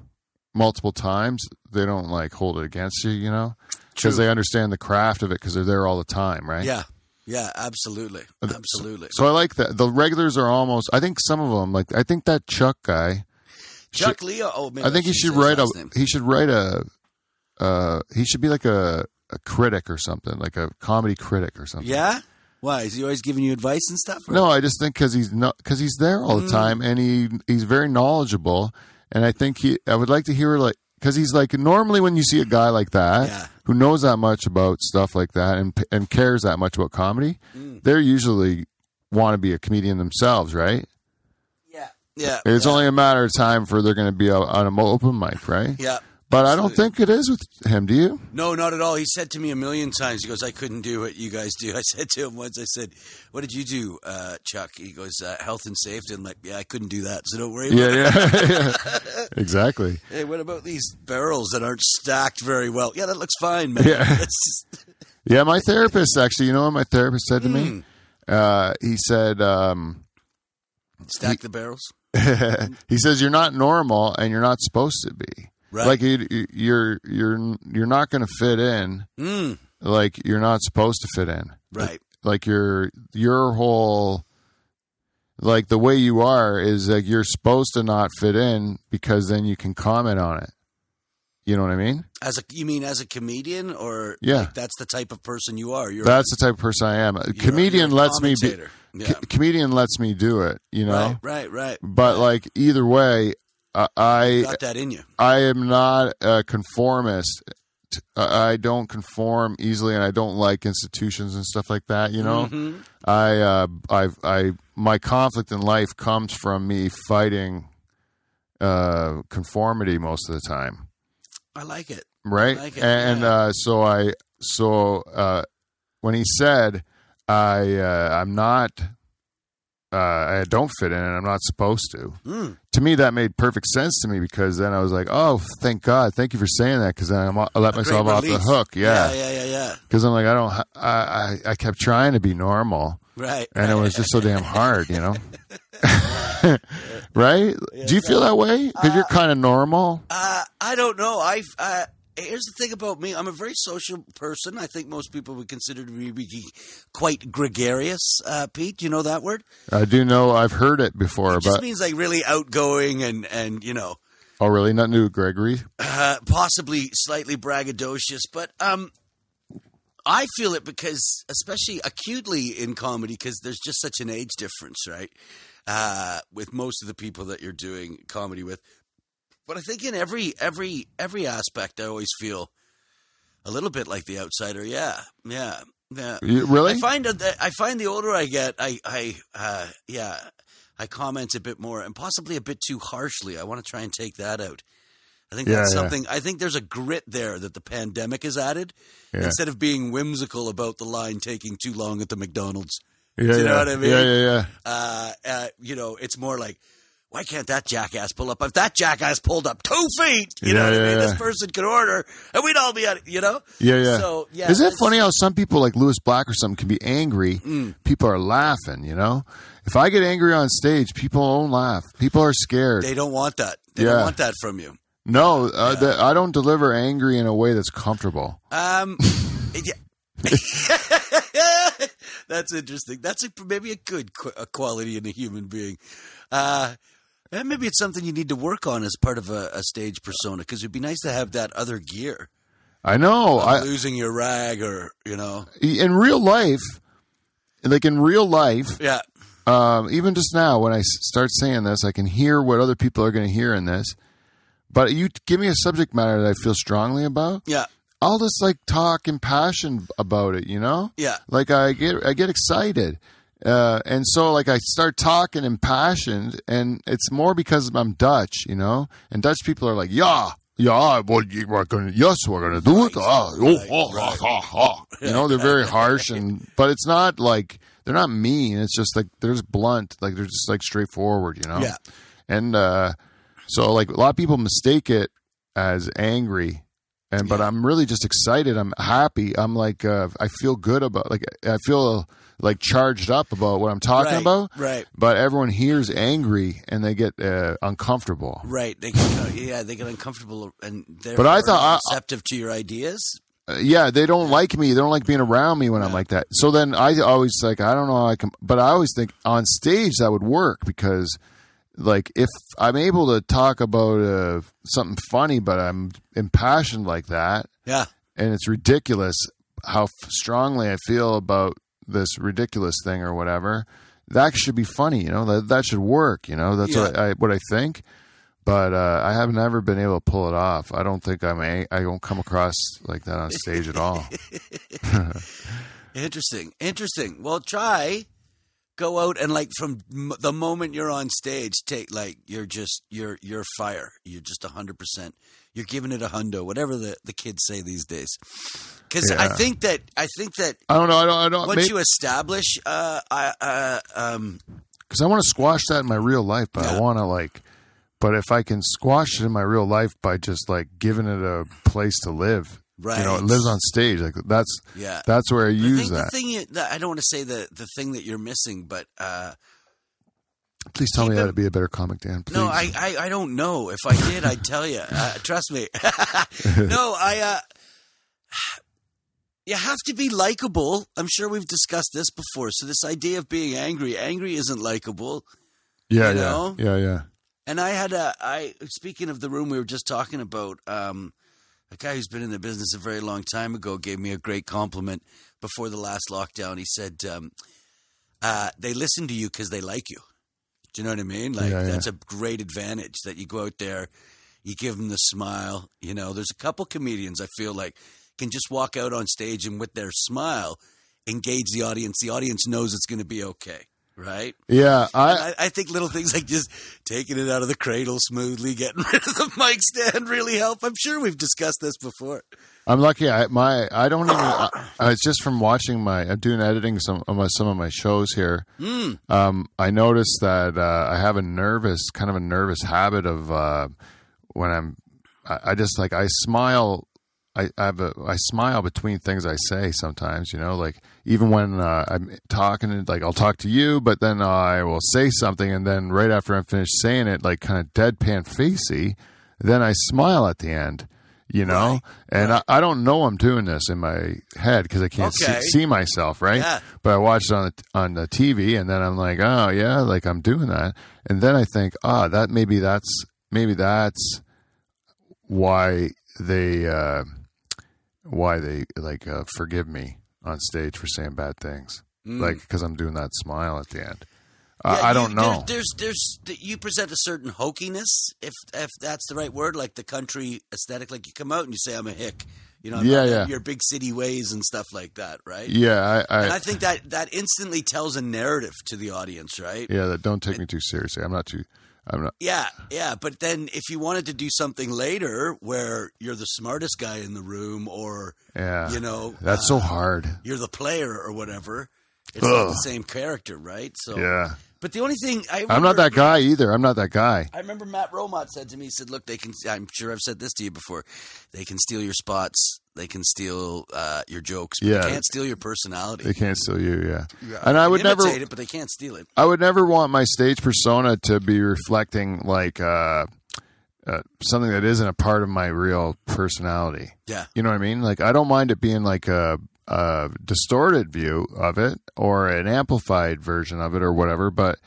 [SPEAKER 1] multiple times they don't like hold it against you you know because they understand the craft of it because they're there all the time right
[SPEAKER 2] yeah, yeah, absolutely,
[SPEAKER 1] th-
[SPEAKER 2] absolutely.
[SPEAKER 1] so i like that the regulars are almost i think some of them like i think that chuck guy
[SPEAKER 2] Chuck Leo. Oh, maybe
[SPEAKER 1] i think he should
[SPEAKER 2] shouldn't say
[SPEAKER 1] write a
[SPEAKER 2] his last name.
[SPEAKER 1] he should write a uh he should be like a a critic or something like a comedy critic or something
[SPEAKER 2] Yeah. Why is he always giving you advice and stuff? or-
[SPEAKER 1] No, I just think because he's not because he's there all the
[SPEAKER 2] Mm.
[SPEAKER 1] time and he he's very knowledgeable, and I think he I would like to hear like because he's like normally when you see a guy like that
[SPEAKER 2] Yeah.
[SPEAKER 1] who knows that much about stuff like that and and cares that much about comedy,
[SPEAKER 2] Mm.
[SPEAKER 1] they're usually want to be a comedian themselves, right?
[SPEAKER 2] Yeah. Yeah.
[SPEAKER 1] It's
[SPEAKER 2] yeah.
[SPEAKER 1] only a matter of time for they're going to be out on an open mic, right?
[SPEAKER 2] Yeah.
[SPEAKER 1] But I don't think it is with him. Do you?
[SPEAKER 2] No, not at all. He said to me a million times. He goes, "I couldn't do what you guys do." I said to him once, "I said, what did you do, uh, Chuck?" He goes, uh, "Health and safety." I'm like, "Yeah, I couldn't do that, so don't worry."
[SPEAKER 1] Yeah,
[SPEAKER 2] About it.
[SPEAKER 1] yeah, yeah. exactly.
[SPEAKER 2] Hey, what about these barrels that aren't stacked very well? Yeah, that looks fine, man.
[SPEAKER 1] Yeah.
[SPEAKER 2] It's just-
[SPEAKER 1] Yeah, my therapist actually, you know what my therapist said to
[SPEAKER 2] Hmm.
[SPEAKER 1] me? Uh, he said, um,
[SPEAKER 2] stack the barrels.
[SPEAKER 1] he says you're not normal and you're not supposed to be.
[SPEAKER 2] Right.
[SPEAKER 1] Like you, you- you're you're you're not going to fit in.
[SPEAKER 2] Mm,
[SPEAKER 1] Like you're not supposed to fit in.
[SPEAKER 2] right.
[SPEAKER 1] Like your your whole like the way you are is like you're supposed to not fit in because then you can comment on it. You know what I mean?
[SPEAKER 2] As a you mean as a comedian or
[SPEAKER 1] Yeah.
[SPEAKER 2] like, that's the type of person you are. You're
[SPEAKER 1] That's the type of person I am. A
[SPEAKER 2] you're-
[SPEAKER 1] comedian
[SPEAKER 2] you're a
[SPEAKER 1] lets me be.
[SPEAKER 2] commentator. Yeah.
[SPEAKER 1] co- comedian lets me do it. You know.
[SPEAKER 2] Right, right, right.
[SPEAKER 1] but like either way I- i
[SPEAKER 2] Got that in you.
[SPEAKER 1] i am not a conformist T- i don't conform easily and i don't like institutions and stuff like that you know
[SPEAKER 2] Mhm.
[SPEAKER 1] i uh i i my conflict in life comes from me fighting uh conformity most of the time
[SPEAKER 2] I like it.
[SPEAKER 1] right
[SPEAKER 2] Like it,
[SPEAKER 1] and
[SPEAKER 2] yeah.
[SPEAKER 1] uh so i so uh when he said i uh i'm not uh i don't fit in and i'm not supposed to
[SPEAKER 2] Mm.
[SPEAKER 1] to me that made perfect sense to me because then I was like, oh, thank God, thank you for saying that because then I'm, I let myself
[SPEAKER 2] Great
[SPEAKER 1] off the
[SPEAKER 2] release.
[SPEAKER 1] hook. Yeah,
[SPEAKER 2] yeah, yeah, yeah. yeah.
[SPEAKER 1] because I'm like, I don't, I, I, I kept trying to be normal
[SPEAKER 2] Right.
[SPEAKER 1] and it was just so damn hard, you know. right? Do you feel that way? Because you're kind of normal.
[SPEAKER 2] Uh, I don't know. I uh, here's the thing about me. I'm a very social person. I think most people would consider me to be quite gregarious. Uh, Pete, do you know that word?
[SPEAKER 1] I do know I've heard it before,
[SPEAKER 2] It just
[SPEAKER 1] but
[SPEAKER 2] means like really outgoing and and you know
[SPEAKER 1] oh, really? Nothing to do with Gregory.
[SPEAKER 2] uh, possibly slightly braggadocious. But um, I feel it because, especially acutely in comedy, because there's just such an age difference, right? Uh, with most of the people that you're doing comedy with, but I think in every every every aspect, I always feel a little bit like the outsider. Yeah, yeah, yeah.
[SPEAKER 1] You- really?
[SPEAKER 2] I find that I find the older I get, I I uh, yeah, I comment a bit more and possibly a bit too harshly. I want to try and take that out. I think
[SPEAKER 1] Yeah,
[SPEAKER 2] that's
[SPEAKER 1] yeah.
[SPEAKER 2] something. I think there's a grit there that the pandemic has added.
[SPEAKER 1] Yeah.
[SPEAKER 2] Instead of being whimsical about the line taking too long at the McDonald's,
[SPEAKER 1] yeah,
[SPEAKER 2] you
[SPEAKER 1] yeah.
[SPEAKER 2] know what I mean?
[SPEAKER 1] Yeah, yeah, yeah.
[SPEAKER 2] uh, uh, you know, it's more like, why can't that jackass pull up? If that jackass pulled up two feet, you know
[SPEAKER 1] Yeah,
[SPEAKER 2] what I
[SPEAKER 1] yeah,
[SPEAKER 2] mean?
[SPEAKER 1] yeah.
[SPEAKER 2] This person could order, and we'd all be at it, you know?
[SPEAKER 1] Yeah, yeah.
[SPEAKER 2] So, yeah.
[SPEAKER 1] Is it
[SPEAKER 2] it's-
[SPEAKER 1] funny how some people like Lewis Black or something can be angry?
[SPEAKER 2] Mm.
[SPEAKER 1] People are laughing, you know? If I get angry on stage, people don't laugh. People are scared.
[SPEAKER 2] They don't want that. They
[SPEAKER 1] Yeah.
[SPEAKER 2] don't want that from you.
[SPEAKER 1] no, uh, that- I don't deliver angry in a way that's comfortable.
[SPEAKER 2] Um, yeah. That's interesting. That's a, maybe a good qu- a quality in a human being. Uh, and maybe it's something you need to work on as part of a, a stage persona because it'd be nice to have that other gear.
[SPEAKER 1] I know.
[SPEAKER 2] of
[SPEAKER 1] I,
[SPEAKER 2] losing your rag or, you know.
[SPEAKER 1] in real life, like in real life,
[SPEAKER 2] Yeah.
[SPEAKER 1] um, even just now when I s- start saying this, I can hear what other people are going to hear in this. But you give me a subject matter that I feel strongly about,
[SPEAKER 2] Yeah.
[SPEAKER 1] I'll just like talk in passion about it, you know?
[SPEAKER 2] Yeah.
[SPEAKER 1] like I get I get excited, uh, and so like I start talking impassioned, and it's more because I'm Dutch, you know, and Dutch people are like, yeah, yeah, well, you are gonna, yes, we're gonna do it, ah, oh,
[SPEAKER 2] Right,
[SPEAKER 1] oh,
[SPEAKER 2] right.
[SPEAKER 1] ah, ah, ah. you know, they're very harsh, and but it's not like they're not mean, it's just like they're just blunt, like they're just like straightforward, you know,
[SPEAKER 2] Yeah.
[SPEAKER 1] and uh, so like a lot of people mistake it as angry and but i'm really just excited i'm happy i'm like uh, i feel good about like i feel like charged up about what i'm talking
[SPEAKER 2] right,
[SPEAKER 1] about
[SPEAKER 2] Right,
[SPEAKER 1] but everyone hears angry and they get uh, uncomfortable
[SPEAKER 2] right. They get, yeah, they get uncomfortable and they're
[SPEAKER 1] But I thought I-
[SPEAKER 2] receptive to your ideas.
[SPEAKER 1] Uh, yeah they don't like me they don't like being around me when i'm like that so then i always like i don't know how i can but i always think on stage that would work because like if i'm able to talk about uh, something funny but i'm impassioned like that
[SPEAKER 2] Yeah,
[SPEAKER 1] and it's ridiculous how f- strongly I feel about this ridiculous thing or whatever. That should be funny, you know. That that should work, you know. That's what I, I what I think. But uh, I have never been able to pull it off. I don't think I'm a. I don't come across like that on stage at all.
[SPEAKER 2] interesting, interesting. Well, try go out and like from m- the moment you're on stage, take like you're just you're you're fire. You're just hundred percent. You're giving it a hundo, whatever the the kids say these days. Because I
[SPEAKER 1] Yeah.
[SPEAKER 2] think that I think that
[SPEAKER 1] I don't know. I don't. I don't.
[SPEAKER 2] once
[SPEAKER 1] Because
[SPEAKER 2] you establish, uh, I, uh, um,
[SPEAKER 1] I want to squash that in my real life, but I
[SPEAKER 2] Yeah.
[SPEAKER 1] want to like. But if I can squash it in my real life by just like giving it a place to live,
[SPEAKER 2] right,
[SPEAKER 1] you know, it lives on stage. Like that's
[SPEAKER 2] yeah.
[SPEAKER 1] that's where I
[SPEAKER 2] I
[SPEAKER 1] use
[SPEAKER 2] think
[SPEAKER 1] that.
[SPEAKER 2] the thing you, the, I don't want to say the the thing that you're missing, but uh,
[SPEAKER 1] Please tell me
[SPEAKER 2] keep
[SPEAKER 1] how
[SPEAKER 2] it-
[SPEAKER 1] to be a better comic, Dan. Please.
[SPEAKER 2] no, I, I I don't know. If I did, I'd tell you. Uh, trust me. no, I. Uh, you have to be likable. I'm sure we've discussed this before. So this idea of being angry, angry isn't likable.
[SPEAKER 1] Yeah,
[SPEAKER 2] you
[SPEAKER 1] yeah,
[SPEAKER 2] know?
[SPEAKER 1] yeah, yeah.
[SPEAKER 2] And I had a I speaking of the room we were just talking about, um, a guy who's been in the business a very long time ago gave me a great compliment before the last lockdown. He said, um, uh, "They listen to you because they like you." Do you know what I mean? Like
[SPEAKER 1] Yeah, yeah.
[SPEAKER 2] that's a great advantage that you go out there, you give them the smile. You know, there's a couple comedians I feel like can just walk out on stage and with their smile engage the audience. The audience knows it's going to be okay, right?
[SPEAKER 1] Yeah, I
[SPEAKER 2] I, I think little things like just taking it out of the cradle smoothly, getting rid of the mic stand really help. I'm sure we've discussed this before.
[SPEAKER 1] I'm lucky. I my I don't even. I, it's just from watching my. I'm doing editing some of my, some of my shows here.
[SPEAKER 2] Mm.
[SPEAKER 1] Um, I noticed that uh, I have a nervous kind of a nervous habit of uh, when I'm. I, I just like I smile. I, I have a I smile between things I say sometimes. You know, like even when uh, I'm talking, like I'll talk to you, but then I will say something, and then right after I'm finished saying it, like kind of deadpan facey, then I smile at the end. You know,
[SPEAKER 2] Right.
[SPEAKER 1] and I, I don't know I'm doing this in my head because I can't
[SPEAKER 2] Okay.
[SPEAKER 1] see, see myself, right?
[SPEAKER 2] Yeah.
[SPEAKER 1] But I watched it on the, on the TV, and then I'm like, oh yeah, like I'm doing that, and then I think, ah, that maybe that's maybe that's why they uh, why they like uh, forgive me on stage for saying bad things, Like like because I'm doing that smile at the end. I-
[SPEAKER 2] Mm. Yeah,
[SPEAKER 1] I
[SPEAKER 2] you-
[SPEAKER 1] don't know.
[SPEAKER 2] There's, there's, there's, you present a certain hokiness, if if that's the right word, like the country aesthetic. Like you come out and you say, "I'm a hick," you know, I'm
[SPEAKER 1] Yeah,
[SPEAKER 2] not-
[SPEAKER 1] yeah.
[SPEAKER 2] your big city ways and stuff like that, right?
[SPEAKER 1] yeah, I, I,
[SPEAKER 2] And I think that that instantly tells a narrative to the audience, right?
[SPEAKER 1] yeah. That don't take me too seriously. I'm not too. I'm not.
[SPEAKER 2] Yeah, yeah. But then if you wanted to do something later where you're the smartest guy in the room, or
[SPEAKER 1] Yeah,
[SPEAKER 2] you know,
[SPEAKER 1] that's so
[SPEAKER 2] uh,
[SPEAKER 1] hard.
[SPEAKER 2] you're the player or whatever. It's not
[SPEAKER 1] Ugh.
[SPEAKER 2] the same character, right? So,
[SPEAKER 1] Yeah,
[SPEAKER 2] but the only thing I
[SPEAKER 1] I'm not
[SPEAKER 2] remember-
[SPEAKER 1] that guy either. I'm not that guy.
[SPEAKER 2] I remember Matt Romot said to me, he said, "Look, they can. I'm sure I've said this to you before. They can steal your spots. They can steal uh, your jokes. But
[SPEAKER 1] Yeah.
[SPEAKER 2] they can't steal your personality.
[SPEAKER 1] They can't steal you. Yeah,
[SPEAKER 2] Yeah.
[SPEAKER 1] and I would never.
[SPEAKER 2] imitate it, but they can't steal it.
[SPEAKER 1] I would never want my stage persona to be reflecting like uh, uh, something that isn't a part of my real personality.
[SPEAKER 2] Yeah.
[SPEAKER 1] You know what I mean? Like I don't mind it being like a, a distorted view of it or an amplified version of it or whatever, but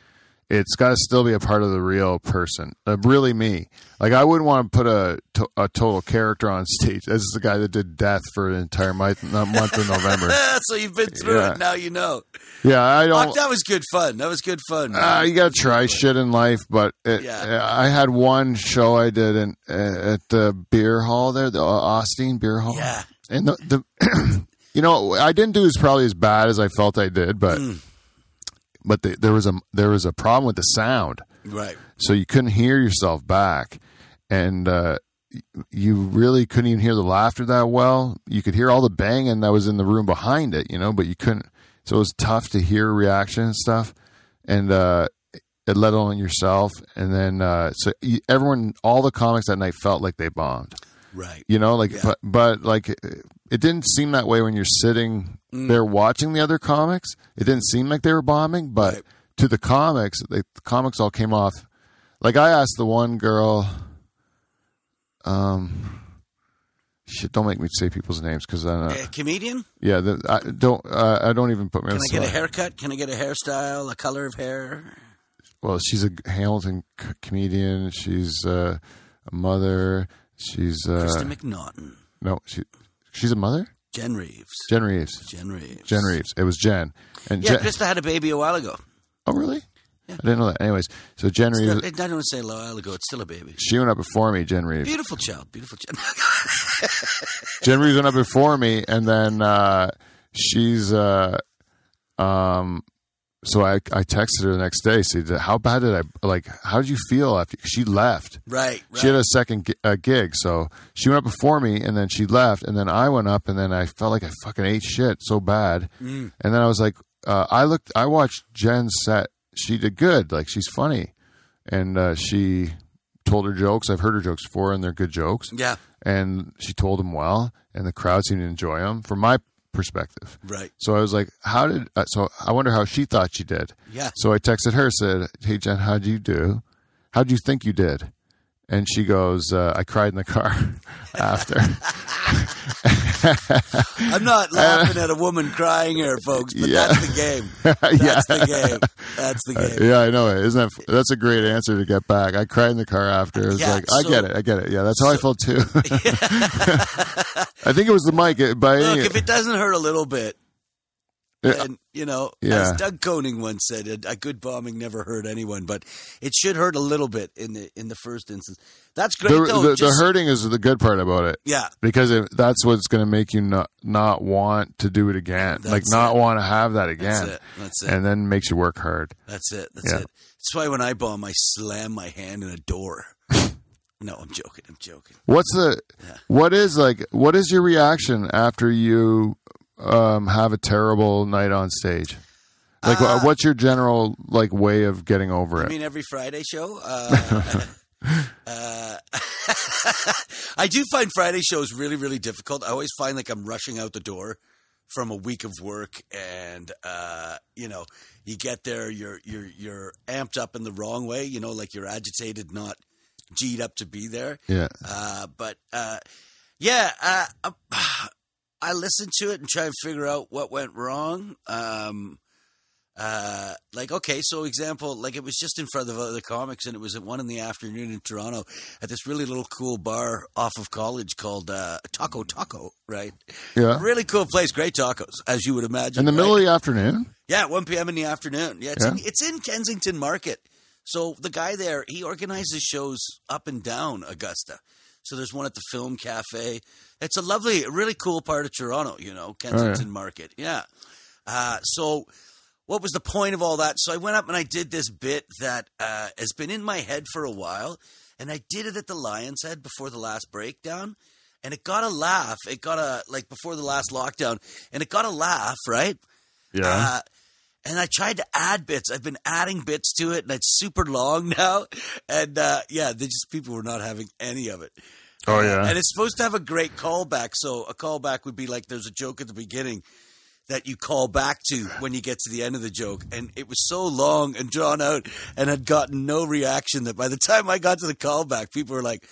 [SPEAKER 1] it's got to still be a part of the real person, uh, really me. Like I wouldn't want to put a to- a total character on stage. This is the guy that did death for an entire month, month of November.
[SPEAKER 2] so you've been through
[SPEAKER 1] Yeah.
[SPEAKER 2] it. Now you know.
[SPEAKER 1] Yeah, I
[SPEAKER 2] Fuck,
[SPEAKER 1] don't.
[SPEAKER 2] that was good fun. That was good fun. man.
[SPEAKER 1] Uh, you gotta try shit in life, but it, uh,
[SPEAKER 2] Yeah.
[SPEAKER 1] I had one show I did in, uh, at the beer hall there, the uh, Austin beer hall.
[SPEAKER 2] Yeah.
[SPEAKER 1] and the, the you know I didn't do as probably as bad as I felt I did, but
[SPEAKER 2] Mm.
[SPEAKER 1] but the, there was a there was a problem with the sound,
[SPEAKER 2] right.
[SPEAKER 1] so you couldn't hear yourself back, and uh, y- you really couldn't even hear the laughter that well. You could hear all the banging that was in the room behind it, you know, but you couldn't. So it was tough to hear reaction and stuff, and uh, it let alone yourself. And then uh, so you, everyone, all the comics that night felt like they bombed
[SPEAKER 2] Right.
[SPEAKER 1] you know like
[SPEAKER 2] Yeah.
[SPEAKER 1] but but like it it didn't seem that way when you're sitting
[SPEAKER 2] Mm.
[SPEAKER 1] there watching the other comics it didn't seem like they were bombing but
[SPEAKER 2] Right.
[SPEAKER 1] to the comics they, the comics all came off like i asked the one girl um shit don't make me say people's names because then uh,
[SPEAKER 2] Uh, comedian?
[SPEAKER 1] yeah the, i don't uh, i don't even put me on
[SPEAKER 2] Can
[SPEAKER 1] the
[SPEAKER 2] I get a
[SPEAKER 1] spot.
[SPEAKER 2] haircut? Can I get a hairstyle? A color of hair?
[SPEAKER 1] well she's a hamilton c- comedian she's uh, a mother she's uh
[SPEAKER 2] Krista McNaughton.
[SPEAKER 1] no she she's a mother
[SPEAKER 2] Jen Reeves.
[SPEAKER 1] jen reeves
[SPEAKER 2] Jen Reeves.
[SPEAKER 1] Jen Reeves. It was Jen. And
[SPEAKER 2] Yeah,
[SPEAKER 1] Jen,
[SPEAKER 2] Krista had a baby a while ago.
[SPEAKER 1] oh, really? I didn't know that. Anyways, so Jen
[SPEAKER 2] Still,
[SPEAKER 1] Reeves,
[SPEAKER 2] I don't want to say a while ago. It's still a baby.
[SPEAKER 1] she went up before me. Jen Reeves.
[SPEAKER 2] Beautiful child. Beautiful child.
[SPEAKER 1] Jen Reeves went up before me, and then uh, she's. Uh, um, so I I texted her the next day. Said, "How bad did I like? How did you feel after she left?"
[SPEAKER 2] Right. right.
[SPEAKER 1] She had a second gi- uh, gig, so she went up before me, and then she left, and then I went up, and then I felt like I fucking ate shit so bad, and then I was like, uh, I looked, I watched Jen's set. She did good, like she's funny, and uh, she told her jokes. I've heard her jokes before, and they're good jokes,
[SPEAKER 2] yeah.
[SPEAKER 1] and she told them well, and the crowd seemed to enjoy them from my perspective.
[SPEAKER 2] Right.
[SPEAKER 1] So I was like, how did? Uh, so I wonder how she thought she did.
[SPEAKER 2] Yeah.
[SPEAKER 1] So I texted her, said, "Hey Jen, how'd you do? How'd you think you did?" And she goes, uh, "I cried in the car after."
[SPEAKER 2] I'm not laughing at a woman crying here, folks, but
[SPEAKER 1] Uh, Yeah.
[SPEAKER 2] that's the game. That's
[SPEAKER 1] Yeah. Uh,
[SPEAKER 2] the game. That's the game.
[SPEAKER 1] yeah, I know it. Isn't that? f- That's a great answer to get back. I cried in the car after. It's
[SPEAKER 2] Yeah,
[SPEAKER 1] like I
[SPEAKER 2] so-
[SPEAKER 1] get it. I get it. Yeah, that's how I felt too. I think it was the mic. It- By any,
[SPEAKER 2] Look, if it doesn't hurt a little bit,
[SPEAKER 1] Yeah.
[SPEAKER 2] then, you know,
[SPEAKER 1] Yeah.
[SPEAKER 2] as Doug Koning once said, a, a good bombing never hurt anyone, but it should hurt a little bit in the in the first instance. That's great,
[SPEAKER 1] the,
[SPEAKER 2] though.
[SPEAKER 1] the,
[SPEAKER 2] just-
[SPEAKER 1] the hurting is the good part about it.
[SPEAKER 2] yeah,
[SPEAKER 1] Because it, that's what's going to make you not not want to do it again, like
[SPEAKER 2] That's
[SPEAKER 1] not want to have that
[SPEAKER 2] that's
[SPEAKER 1] again,
[SPEAKER 2] it. That's it.
[SPEAKER 1] and then makes you work hard.
[SPEAKER 2] That's it. That's
[SPEAKER 1] Yeah.
[SPEAKER 2] it. That's why when I bomb, I slam my hand in a door. no, I'm joking. I'm joking.
[SPEAKER 1] What's the what is like what is your reaction after you um, have a terrible night on stage? Like wha- what's your general like way of getting over
[SPEAKER 2] Uh, I
[SPEAKER 1] it?
[SPEAKER 2] mean, every Friday show. Uh, uh, I do find Friday shows really, really difficult. I always find like I'm rushing out the door from a week of work, and uh, you know, you get there, you're you're you're amped up in the wrong way. You know, like you're agitated, not g'd up to be there.
[SPEAKER 1] yeah.
[SPEAKER 2] Uh, but uh, yeah, uh, I- I listen to it and try and figure out what went wrong. Um, uh, like okay so example like it was just in front of other comics and it was at one in the afternoon in toronto at this really little cool bar off of college called uh, taco taco right
[SPEAKER 1] Yeah.
[SPEAKER 2] really cool place great tacos as you would imagine
[SPEAKER 1] In the
[SPEAKER 2] right?
[SPEAKER 1] middle of the afternoon.
[SPEAKER 2] Yeah, 1 p.m. in the afternoon. Yeah, it's, In,
[SPEAKER 1] Yeah.
[SPEAKER 2] it's in Kensington Market. So the guy there, he organizes shows up and down Augusta. So there's one at the Film Cafe. It's a lovely, really cool part of Toronto, you know, Kensington Market. Yeah. Uh, so what was the point of all that? So I went up and I did this bit that uh, has been in my head for a while. And I did it at the Lion's Head before the last breakdown. And it got a laugh. It got a, like, before the last lockdown. And it got a laugh, right? Uh, and I tried to add bits. I've been adding bits to it, and it's super long now. And uh, yeah, they just people were not having any of it.
[SPEAKER 1] oh
[SPEAKER 2] Uh,
[SPEAKER 1] yeah.
[SPEAKER 2] and it's supposed to have a great callback. So a callback would be like there's a joke at the beginning that you call back to when you get to the end of the joke. And it was so long and drawn out and had gotten no reaction that by the time I got to the callback, people were like,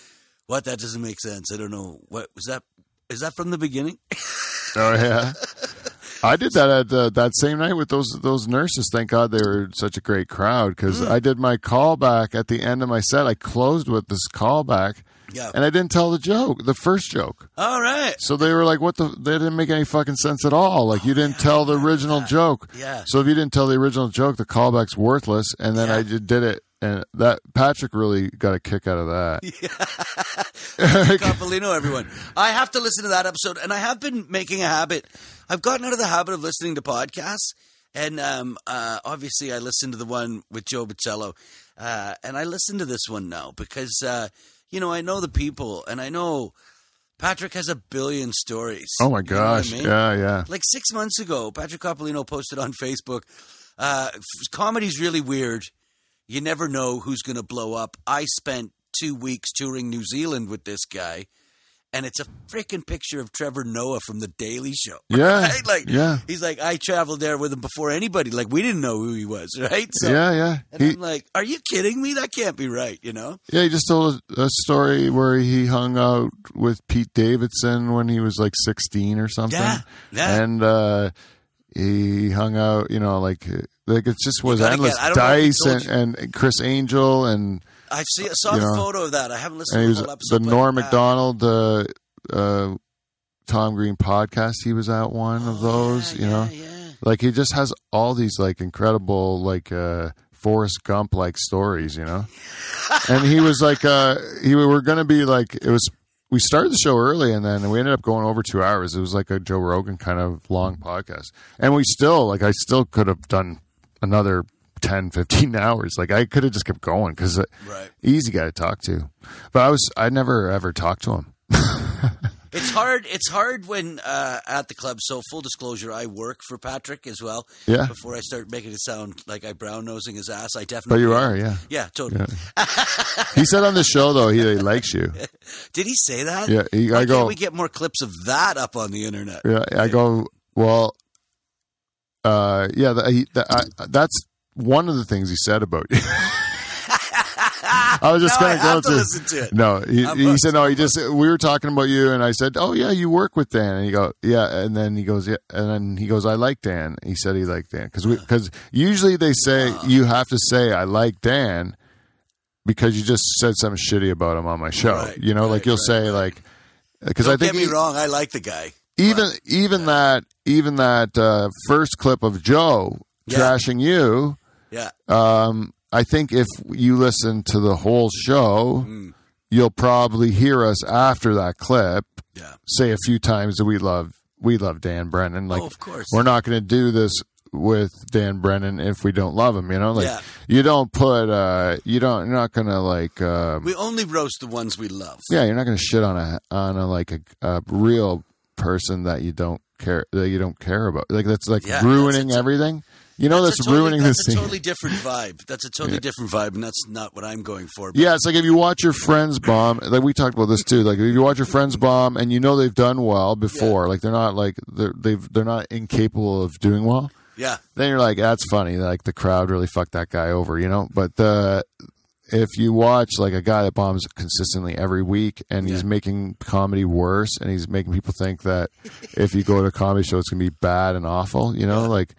[SPEAKER 2] What? That doesn't make sense. I don't know. What was that? Is that from the beginning?
[SPEAKER 1] Oh yeah. I did that at uh, that same night with those those nurses. Thank God they were such a great crowd because
[SPEAKER 2] Mm.
[SPEAKER 1] I did my callback at the end of my set. I closed with this callback,
[SPEAKER 2] Yeah.
[SPEAKER 1] and I didn't tell the joke, the first joke.
[SPEAKER 2] All right.
[SPEAKER 1] So they were like, "What the?" They didn't make any fucking sense at all. Like you didn't tell the original joke.
[SPEAKER 2] Yeah.
[SPEAKER 1] So if you didn't tell the original joke, the callback's worthless. And then
[SPEAKER 2] Yeah.
[SPEAKER 1] I just did it, and that Patrick really got a kick out of that.
[SPEAKER 2] Capolino, everyone. I have to listen to that episode, and I have been making a habit. I've gotten out of the habit of listening to podcasts, and um, uh, obviously, I listened to the one with Joe Bocello, uh, and I listen to this one now because uh, you know I know the people, and I know Patrick has a billion stories.
[SPEAKER 1] oh my
[SPEAKER 2] You know what I
[SPEAKER 1] gosh!
[SPEAKER 2] mean?
[SPEAKER 1] Yeah, yeah.
[SPEAKER 2] like six months ago, Patrick Coppolino posted on Facebook, uh, f- comedy's really weird. You never know who's going to blow up. I spent two weeks touring New Zealand with this guy, and it's a freaking picture of Trevor Noah from The Daily Show.
[SPEAKER 1] Yeah.
[SPEAKER 2] Right? Like,
[SPEAKER 1] Yeah.
[SPEAKER 2] he's like, I traveled there with him before anybody. Like, we didn't know who he was, right? So,
[SPEAKER 1] yeah, yeah.
[SPEAKER 2] And
[SPEAKER 1] He,
[SPEAKER 2] I'm like, are you kidding me? That can't be right, you know?
[SPEAKER 1] yeah, he just told a, a story where he hung out with Pete Davidson when he was like 16 or something.
[SPEAKER 2] Yeah. Yeah.
[SPEAKER 1] And uh, he hung out, you know, like like it just was
[SPEAKER 2] gotta
[SPEAKER 1] endless.
[SPEAKER 2] get- I don't know if he
[SPEAKER 1] Dice
[SPEAKER 2] told
[SPEAKER 1] and, and Chris Angel and
[SPEAKER 2] I see, I saw
[SPEAKER 1] You
[SPEAKER 2] the
[SPEAKER 1] know,
[SPEAKER 2] photo of that. I haven't listened
[SPEAKER 1] and he
[SPEAKER 2] to
[SPEAKER 1] was
[SPEAKER 2] the whole episode.
[SPEAKER 1] the
[SPEAKER 2] but,
[SPEAKER 1] Norm
[SPEAKER 2] uh,
[SPEAKER 1] Macdonald, the uh, Tom Green podcast. He was at one of
[SPEAKER 2] oh,
[SPEAKER 1] those,
[SPEAKER 2] yeah,
[SPEAKER 1] you know.
[SPEAKER 2] yeah, yeah.
[SPEAKER 1] Like he just has all these like incredible like uh Forrest Gump like stories, you know. and he was like uh he we were going to be like it was we started the show early and then we ended up going over 2 hours. It was like a Joe Rogan kind of long
[SPEAKER 2] Mm-hmm.
[SPEAKER 1] podcast. And we still like I still could have done another 10 15 hours. Like I could have just kept going uh, cuz
[SPEAKER 2] Right.
[SPEAKER 1] easy guy to talk to. But I was I never ever talked to him.
[SPEAKER 2] It's hard. It's hard when uh, at the club. So full disclosure, I work for Patrick as well.
[SPEAKER 1] Yeah.
[SPEAKER 2] Before I start making it sound like I brown nosing his ass, I
[SPEAKER 1] But
[SPEAKER 2] definitely.
[SPEAKER 1] you are, yeah.
[SPEAKER 2] Yeah, totally.
[SPEAKER 1] He said on the show though he, likes you.
[SPEAKER 2] Did he say that?
[SPEAKER 1] Yeah, he,
[SPEAKER 2] Why
[SPEAKER 1] I go
[SPEAKER 2] Can't we get more clips of that up on the internet?
[SPEAKER 1] Yeah, I go well. Uh, yeah, the, he, the, I, that's one of the things he said about you. I was just
[SPEAKER 2] Now
[SPEAKER 1] going
[SPEAKER 2] I have
[SPEAKER 1] to
[SPEAKER 2] to
[SPEAKER 1] go
[SPEAKER 2] listen to it.
[SPEAKER 1] No, he,
[SPEAKER 2] I'm
[SPEAKER 1] he
[SPEAKER 2] hooked.
[SPEAKER 1] said no. He just we were talking about you, and I said, "Oh yeah, you work with Dan." And he go, "Yeah," and then he goes, "Yeah," and then he goes, "I like Dan." He said he liked Dan because because usually they say you have to say I like Dan because you just said something shitty about him on my show.
[SPEAKER 2] Right,
[SPEAKER 1] you know, like
[SPEAKER 2] right,
[SPEAKER 1] you'll
[SPEAKER 2] right,
[SPEAKER 1] say like because I
[SPEAKER 2] Don't
[SPEAKER 1] think
[SPEAKER 2] get me
[SPEAKER 1] he-
[SPEAKER 2] wrong. I like the guy.
[SPEAKER 1] even even that even that uh, first clip of Joe
[SPEAKER 2] Yeah.
[SPEAKER 1] trashing you.
[SPEAKER 2] Yeah.
[SPEAKER 1] Um, I think if you listen to the whole
[SPEAKER 2] Mm-hmm.
[SPEAKER 1] show,
[SPEAKER 2] Mm,
[SPEAKER 1] you'll probably hear us after that clip
[SPEAKER 2] Yeah.
[SPEAKER 1] say a few times that we love we love Dan Brennan. Like
[SPEAKER 2] oh, of course.
[SPEAKER 1] we're not going to do this with Dan Brennan if we don't love him. You know, like
[SPEAKER 2] Yeah.
[SPEAKER 1] you don't put uh, you don't you're not going to like. Um,
[SPEAKER 2] We only roast the ones we love.
[SPEAKER 1] yeah, you're not going to shit on a on a like a, a real person that you don't care that you don't care about. Like that's like
[SPEAKER 2] Yeah,
[SPEAKER 1] ruining
[SPEAKER 2] that's a-
[SPEAKER 1] everything. You know that's,
[SPEAKER 2] a totally-
[SPEAKER 1] ruining the
[SPEAKER 2] that's
[SPEAKER 1] scene.
[SPEAKER 2] a totally different vibe. That's a totally different vibe, and that's not what I'm going for.
[SPEAKER 1] yeah, it's like if you watch your friends bomb. Like we talked about this too. Like if you watch your friends bomb and you know they've done well before, like they're not like they're they've they're not incapable of doing well.
[SPEAKER 2] Yeah.
[SPEAKER 1] Then you're like, that's funny. Like the crowd really fucked that guy over, you know. But the if you watch like a guy that bombs consistently every week and he's making comedy worse and he's making people think that if you go to a comedy show it's going to be bad and awful you know like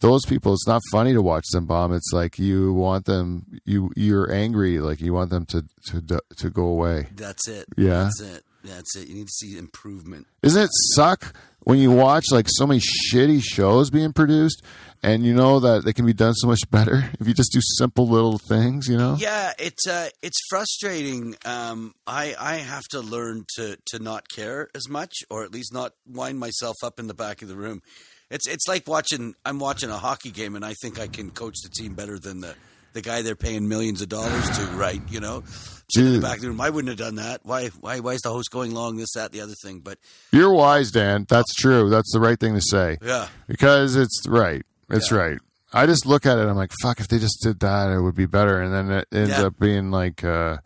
[SPEAKER 1] those people it's not funny to watch them bomb it's like you want them you you're angry like you want them to to to go away
[SPEAKER 2] That's it.
[SPEAKER 1] Yeah.
[SPEAKER 2] That's it. That's it. You need to see improvement.
[SPEAKER 1] Isn't it suck when you watch like so many shitty shows being produced and you know that they can be done so much better if you just do simple little things, you know?
[SPEAKER 2] Yeah, it's uh, it's frustrating. Um, I I have to learn to to not care as much, or at least not wind myself up in the back of the room. It's it's like watching I'm watching a hockey game, and I think I can coach the team better than the the guy they're paying millions of dollars to, right? You know, Sit in the
[SPEAKER 1] Dude.
[SPEAKER 2] back of the room. I wouldn't have done that. Why why why is the host going long? This that the other thing, but
[SPEAKER 1] You're wise, Dan. That's true. That's the right thing to say
[SPEAKER 2] yeah.
[SPEAKER 1] because it's right. It's
[SPEAKER 2] Yeah.
[SPEAKER 1] right. I just look at it. I'm like, fuck. If they just did that, it would be better. And then it ends
[SPEAKER 2] Yeah.
[SPEAKER 1] up being like, uh,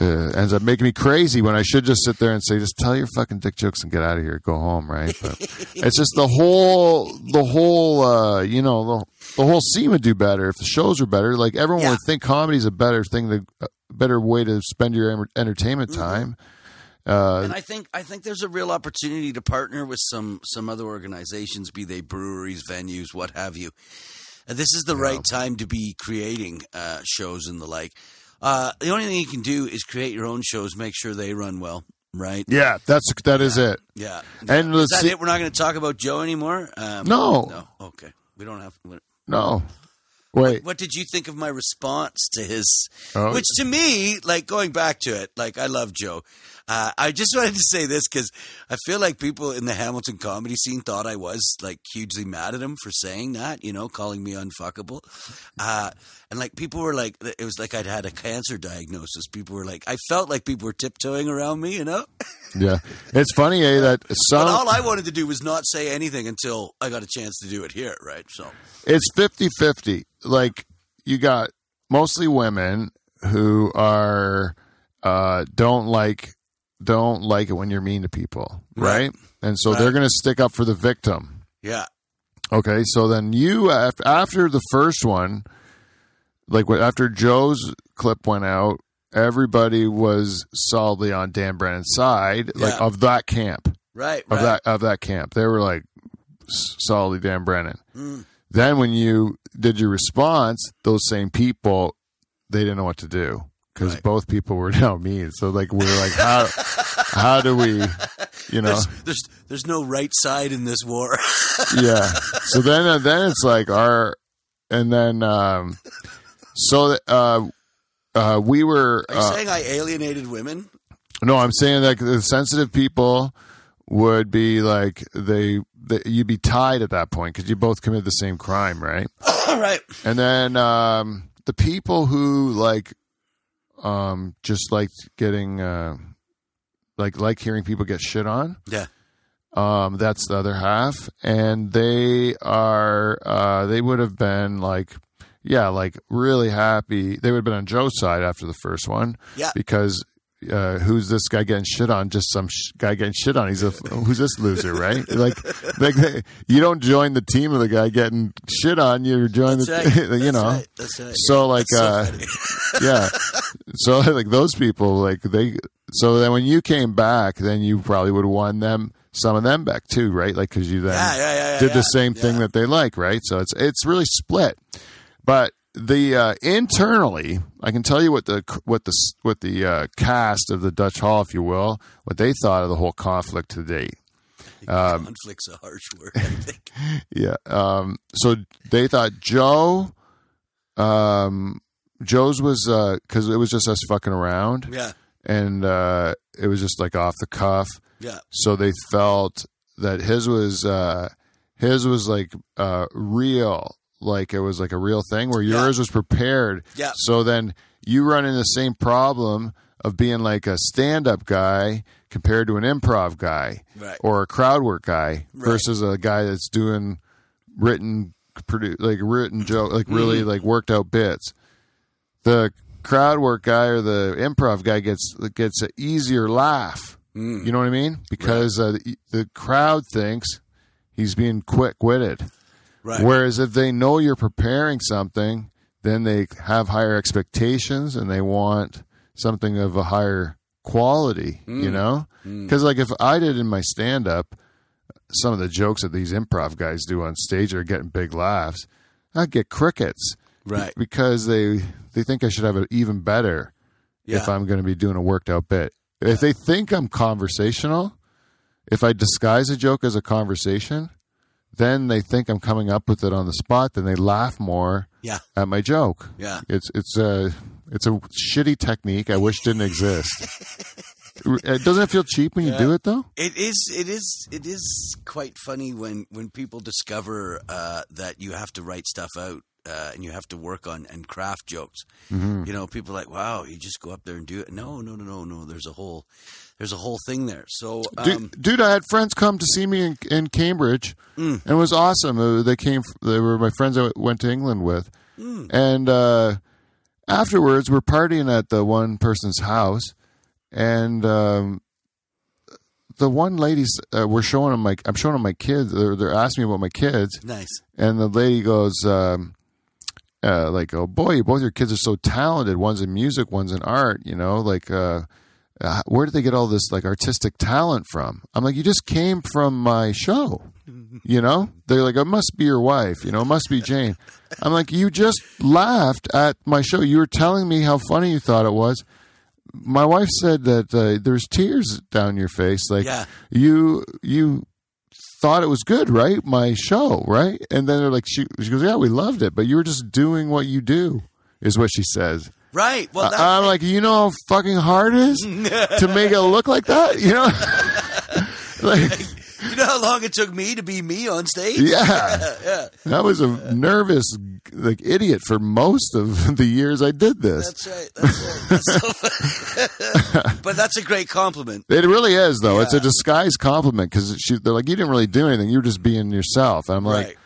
[SPEAKER 1] uh, ends up making me crazy when I should just sit there and say, just tell your fucking dick jokes and get out of here, go home, right? But it's just the whole, the whole, uh, you know, the, the whole scene would do better if the shows were better. Like everyone
[SPEAKER 2] Yeah.
[SPEAKER 1] would think comedy's a better thing, the a better way to spend your en- entertainment
[SPEAKER 2] Mm-hmm.
[SPEAKER 1] time. Uh,
[SPEAKER 2] and I think I think there's a real opportunity to partner with some some other organizations, be they breweries, venues, what have you. And this is the right time to be creating uh, shows and the like. Uh, the only thing you can do is create your own shows, make sure they run well, right?
[SPEAKER 1] yeah, that's that is it.
[SPEAKER 2] Yeah.
[SPEAKER 1] And
[SPEAKER 2] is
[SPEAKER 1] let's
[SPEAKER 2] that
[SPEAKER 1] see-
[SPEAKER 2] it? We're not going to talk about Joe anymore. Um,
[SPEAKER 1] No.
[SPEAKER 2] No. Okay. We don't have. What,
[SPEAKER 1] No, wait.
[SPEAKER 2] what did you think of my response to his
[SPEAKER 1] Oh.
[SPEAKER 2] which to me, like going back to it, like I love Joe. Uh, I just wanted to say this because I feel like people in the Hamilton comedy scene thought I was like hugely mad at him for saying that, you know, calling me unfuckable. Uh, and like people were like, it was like I'd had a cancer diagnosis. People were like, I felt like people were tiptoeing around me, you know?
[SPEAKER 1] Yeah, it's funny, eh? That
[SPEAKER 2] But
[SPEAKER 1] some
[SPEAKER 2] all I wanted to do was not say anything until I got a chance to do it here, right? So,
[SPEAKER 1] it's 50 50 like you got mostly women who are uh don't like don't like it when you're mean to people right,
[SPEAKER 2] Right.
[SPEAKER 1] and so
[SPEAKER 2] Right.
[SPEAKER 1] they're gonna stick up for the victim
[SPEAKER 2] yeah.
[SPEAKER 1] okay so then you af- after the first one like wh- after joe's clip went out everybody was solidly on dan brennan's side like
[SPEAKER 2] Yeah.
[SPEAKER 1] of that camp
[SPEAKER 2] Right,
[SPEAKER 1] of
[SPEAKER 2] right.
[SPEAKER 1] that of that camp they were like s- solidly dan brennan
[SPEAKER 2] Mm,
[SPEAKER 1] then when you did your response those same people they didn't know what to do because
[SPEAKER 2] Right.
[SPEAKER 1] both people were now mean so like we were like how how do we you know
[SPEAKER 2] There's, there's there's no right side in this war.
[SPEAKER 1] yeah so then uh, then it's like our and then um so uh uh we were
[SPEAKER 2] Are you
[SPEAKER 1] uh,
[SPEAKER 2] saying I alienated women?
[SPEAKER 1] No, I'm saying like the sensitive people would be like they, they you'd be tied at that point because you both committed the same crime, right?
[SPEAKER 2] All right.
[SPEAKER 1] And then um, the people who like um, just liked getting uh, like like hearing people get shit on.
[SPEAKER 2] Yeah.
[SPEAKER 1] Um, that's the other half, and they are uh, they would have been like, yeah, like really happy. They would have been on Joe's side after the first one,
[SPEAKER 2] Yeah.
[SPEAKER 1] because uh, who's this guy getting shit on? Just some sh- guy getting shit on. He's a who's this loser, right? Like, like they, you don't join the team of the guy getting shit on. You join
[SPEAKER 2] That's
[SPEAKER 1] the
[SPEAKER 2] right.
[SPEAKER 1] you
[SPEAKER 2] That's
[SPEAKER 1] know.
[SPEAKER 2] right. That's right.
[SPEAKER 1] So like
[SPEAKER 2] That's so
[SPEAKER 1] uh,
[SPEAKER 2] funny.
[SPEAKER 1] yeah, so like those people like they. So then when you came back, then you probably would have won them some of them back too, right? Like because you then
[SPEAKER 2] yeah, yeah, yeah, yeah,
[SPEAKER 1] did
[SPEAKER 2] yeah.
[SPEAKER 1] the same thing
[SPEAKER 2] Yeah.
[SPEAKER 1] that they like, right? So it's it's really split. But the uh, internally, I can tell you what the what the what the uh, cast of the Dutch Hall, if you will, what they thought of the whole conflict to date. um,
[SPEAKER 2] conflict's a harsh word. I think.
[SPEAKER 1] Yeah. Um, so they thought Joe, um, Joe's was because it was just us fucking around,
[SPEAKER 2] yeah,
[SPEAKER 1] and uh, it was just like off the cuff.
[SPEAKER 2] yeah,
[SPEAKER 1] so they felt that his was uh his was like uh real like it was like a real thing where
[SPEAKER 2] Yeah.
[SPEAKER 1] yours was prepared
[SPEAKER 2] Yeah.
[SPEAKER 1] so then you run into the same problem of being like a stand-up guy compared to an improv guy
[SPEAKER 2] right.
[SPEAKER 1] or a crowd work guy
[SPEAKER 2] Right.
[SPEAKER 1] versus a guy that's doing written produ- like written joke like really like worked out bits the crowd work guy or the improv guy gets gets an easier laugh
[SPEAKER 2] Mm.
[SPEAKER 1] you know what I mean? Because uh, the, the crowd thinks he's being quick witted.
[SPEAKER 2] Right.
[SPEAKER 1] Whereas if they know you're preparing something, then they have higher expectations and they want something of a higher quality, you know? Because, like, if I did in my stand up, some of the jokes that these improv guys do on stage are getting big laughs. I get crickets
[SPEAKER 2] Right.
[SPEAKER 1] because they they think I should have it even better
[SPEAKER 2] Yeah.
[SPEAKER 1] if I'm going to be doing a worked out bit. If they think I'm conversational, if I disguise a joke as a conversation, then they think I'm coming up with it on the spot. Then they laugh more
[SPEAKER 2] yeah.
[SPEAKER 1] at my joke.
[SPEAKER 2] Yeah.
[SPEAKER 1] It's it's a it's a shitty technique. I wish didn't exist. Uh, Doesn't it feel cheap when you do it though?
[SPEAKER 2] It is. It is. It is quite funny when when people discover uh, that you have to write stuff out uh, and you have to work on and craft jokes.
[SPEAKER 1] Mm-hmm.
[SPEAKER 2] You know, people are like, wow, you just go up there and do it. No, no, no, no, no. There's a whole there's a whole thing there. So
[SPEAKER 1] Dude,
[SPEAKER 2] um,
[SPEAKER 1] dude, I had friends come to see me in, in Cambridge, and it was awesome. Uh, They came; they were my friends I went to England with, and uh, afterwards we're partying at the one person's house, and um, the one lady's uh, we're showing them like I'm showing them my kids. They're, they're asking me about my kids,
[SPEAKER 2] nice.
[SPEAKER 1] and the lady goes, um, uh, like, oh boy, both your kids are so talented. One's in music, one's in art. You know, like, uh, uh, where did they get all this like artistic talent from? I'm like, you just came from my show. You know, they're like, it must be your wife. You know, it must be Jane. I'm like, you just laughed at my show. You were telling me how funny you thought it was. My wife said that uh, there's tears down your face. Like
[SPEAKER 2] Yeah.
[SPEAKER 1] you, you thought it was good, right? My show, right? And then they're like, she, she goes, yeah, we loved it, but you were just doing what you do, is what she says.
[SPEAKER 2] Right. Well, that,
[SPEAKER 1] I- I'm like, you know how fucking hard it is to make it look like that, you know? like,
[SPEAKER 2] you know how long it took me to be me on stage?
[SPEAKER 1] yeah,
[SPEAKER 2] yeah.
[SPEAKER 1] I was a nervous like idiot for most of the years I did this.
[SPEAKER 2] That's right. That's right. That's so funny. but that's a great compliment.
[SPEAKER 1] It really is, though. It's a disguised compliment because they're like, you didn't really do anything. You were just being yourself. And I'm like,
[SPEAKER 2] right.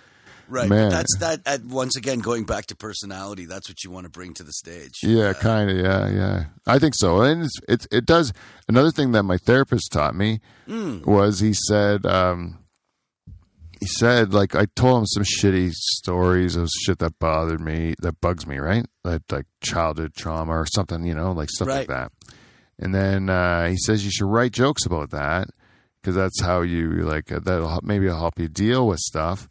[SPEAKER 2] Right.
[SPEAKER 1] man.
[SPEAKER 2] That's that. At, once again, going back to personality, that's what you want to bring to the stage.
[SPEAKER 1] Yeah, kind of. Yeah, yeah. I think so. And it's, it's, it does. Another thing that my therapist taught me was he said, um, he said, like, I told him some shitty stories of shit that bothered me, that bugs me, right? Like, like childhood trauma or something, you know, like stuff like
[SPEAKER 2] Right.
[SPEAKER 1] that. And then uh, he says you should write jokes about that because that's how you like uh, that'll help, maybe it'll help you deal with stuff.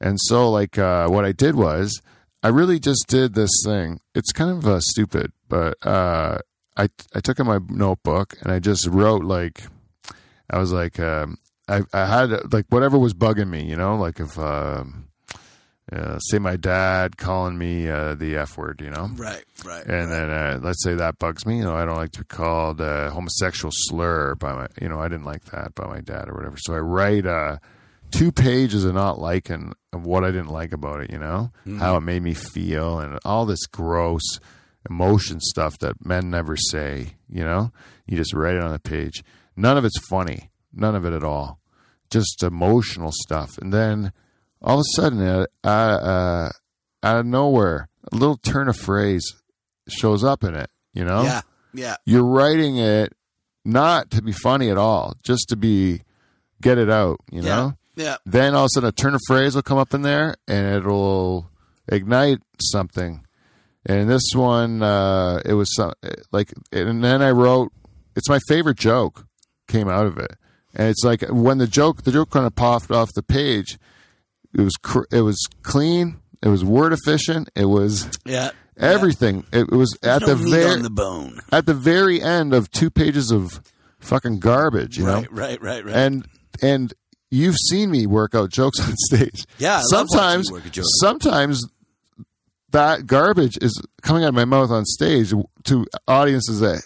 [SPEAKER 1] And so, like, uh, what I did was I really just did this thing. It's kind of uh, stupid, but uh, I I took in my notebook and I just wrote like I was like um, I I had uh, like whatever was bugging me, you know, like if. Um, uh, say my dad calling me uh, the f word, you know.
[SPEAKER 2] Right. Right.
[SPEAKER 1] And then uh, let's say that bugs me. You know, I don't like to be called a homosexual slur by my, you know, I didn't like that by my dad or whatever. So I write uh, two pages of not liking of what I didn't like about it. You know,
[SPEAKER 2] Mm-hmm.
[SPEAKER 1] how it made me feel and all this gross emotion stuff that men never say. You know, you just write it on a page. None of it's funny. None of it at all. Just emotional stuff. And then all of a sudden, uh, uh, uh, out of nowhere, a little turn of phrase shows up in it. You know,
[SPEAKER 2] Yeah. Yeah.
[SPEAKER 1] you're writing it not to be funny at all, just to be get it out. You
[SPEAKER 2] Yeah.
[SPEAKER 1] know,
[SPEAKER 2] Yeah.
[SPEAKER 1] then all of a sudden a turn of phrase will come up in there and it'll ignite something. And this one, uh, it was some, like, and then I wrote, it's my favorite joke came out of it. And it's like when the joke, the joke kind of popped off the page. It was, cr- it was clean. It was word efficient. It was
[SPEAKER 2] Yeah.
[SPEAKER 1] everything. It was at
[SPEAKER 2] No
[SPEAKER 1] the
[SPEAKER 2] meat
[SPEAKER 1] very,
[SPEAKER 2] on the bone.
[SPEAKER 1] at the very end of two pages of fucking garbage, you know?
[SPEAKER 2] Right. Right. Right. Right.
[SPEAKER 1] and and you've seen me work out jokes on stage.
[SPEAKER 2] Yeah, I love watching
[SPEAKER 1] sometimes
[SPEAKER 2] you work a joke.
[SPEAKER 1] sometimes that garbage is coming out of my mouth on stage to audiences that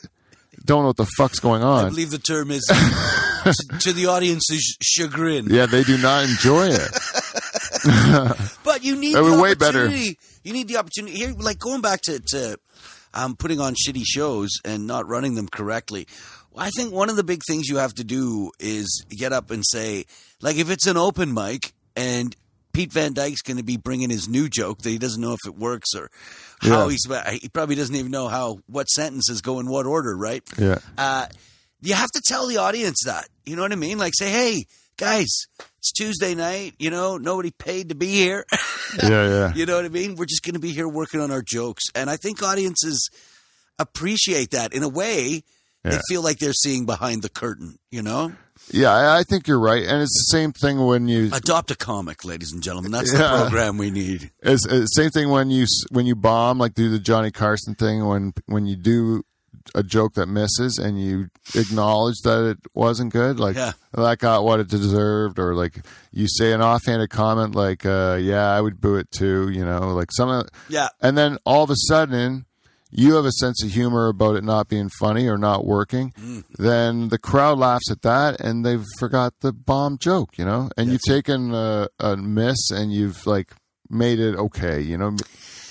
[SPEAKER 1] don't know what the fuck's going
[SPEAKER 2] I
[SPEAKER 1] on.
[SPEAKER 2] believe the term is to, to the audience's chagrin.
[SPEAKER 1] Yeah, they do not enjoy it.
[SPEAKER 2] But you need
[SPEAKER 1] That'd
[SPEAKER 2] the
[SPEAKER 1] be way better.
[SPEAKER 2] opportunity. You need the opportunity here, like going back to to um, putting on shitty shows and not running them correctly. I think one of the big things you have to do is get up and say, like, if it's an open mic and Pete Van Dyke's going to be bringing his new joke that he doesn't know if it works or how
[SPEAKER 1] Yeah.
[SPEAKER 2] he's he probably doesn't even know how what sentences go in what order, right?
[SPEAKER 1] Yeah.
[SPEAKER 2] uh, you have to tell the audience that. You know what I mean? Like, say, hey, guys, it's Tuesday night. You know, nobody paid to be here.
[SPEAKER 1] Yeah, yeah.
[SPEAKER 2] you know what I mean? We're just going to be here working on our jokes. And I think audiences appreciate that in a way. They
[SPEAKER 1] Yeah.
[SPEAKER 2] feel like they're seeing behind the curtain, you know?
[SPEAKER 1] Yeah, I, I think you're right, and it's the same thing when you
[SPEAKER 2] Adopt a comic, ladies and gentlemen. That's
[SPEAKER 1] Yeah.
[SPEAKER 2] the program we need.
[SPEAKER 1] It's, it's same thing when you s- when you bomb like do the Johnny Carson thing when when you do a joke that misses and you acknowledge that it wasn't good like
[SPEAKER 2] Yeah.
[SPEAKER 1] that got what it deserved or like you say an offhanded comment like uh, yeah I would boo it too you know like some of-
[SPEAKER 2] Yeah.
[SPEAKER 1] and then all of a sudden you have a sense of humor about it not being funny or not working
[SPEAKER 2] Mm.
[SPEAKER 1] then the crowd laughs at that and they've forgot the bomb joke you know and you've taken a, a miss and you've like made it okay you know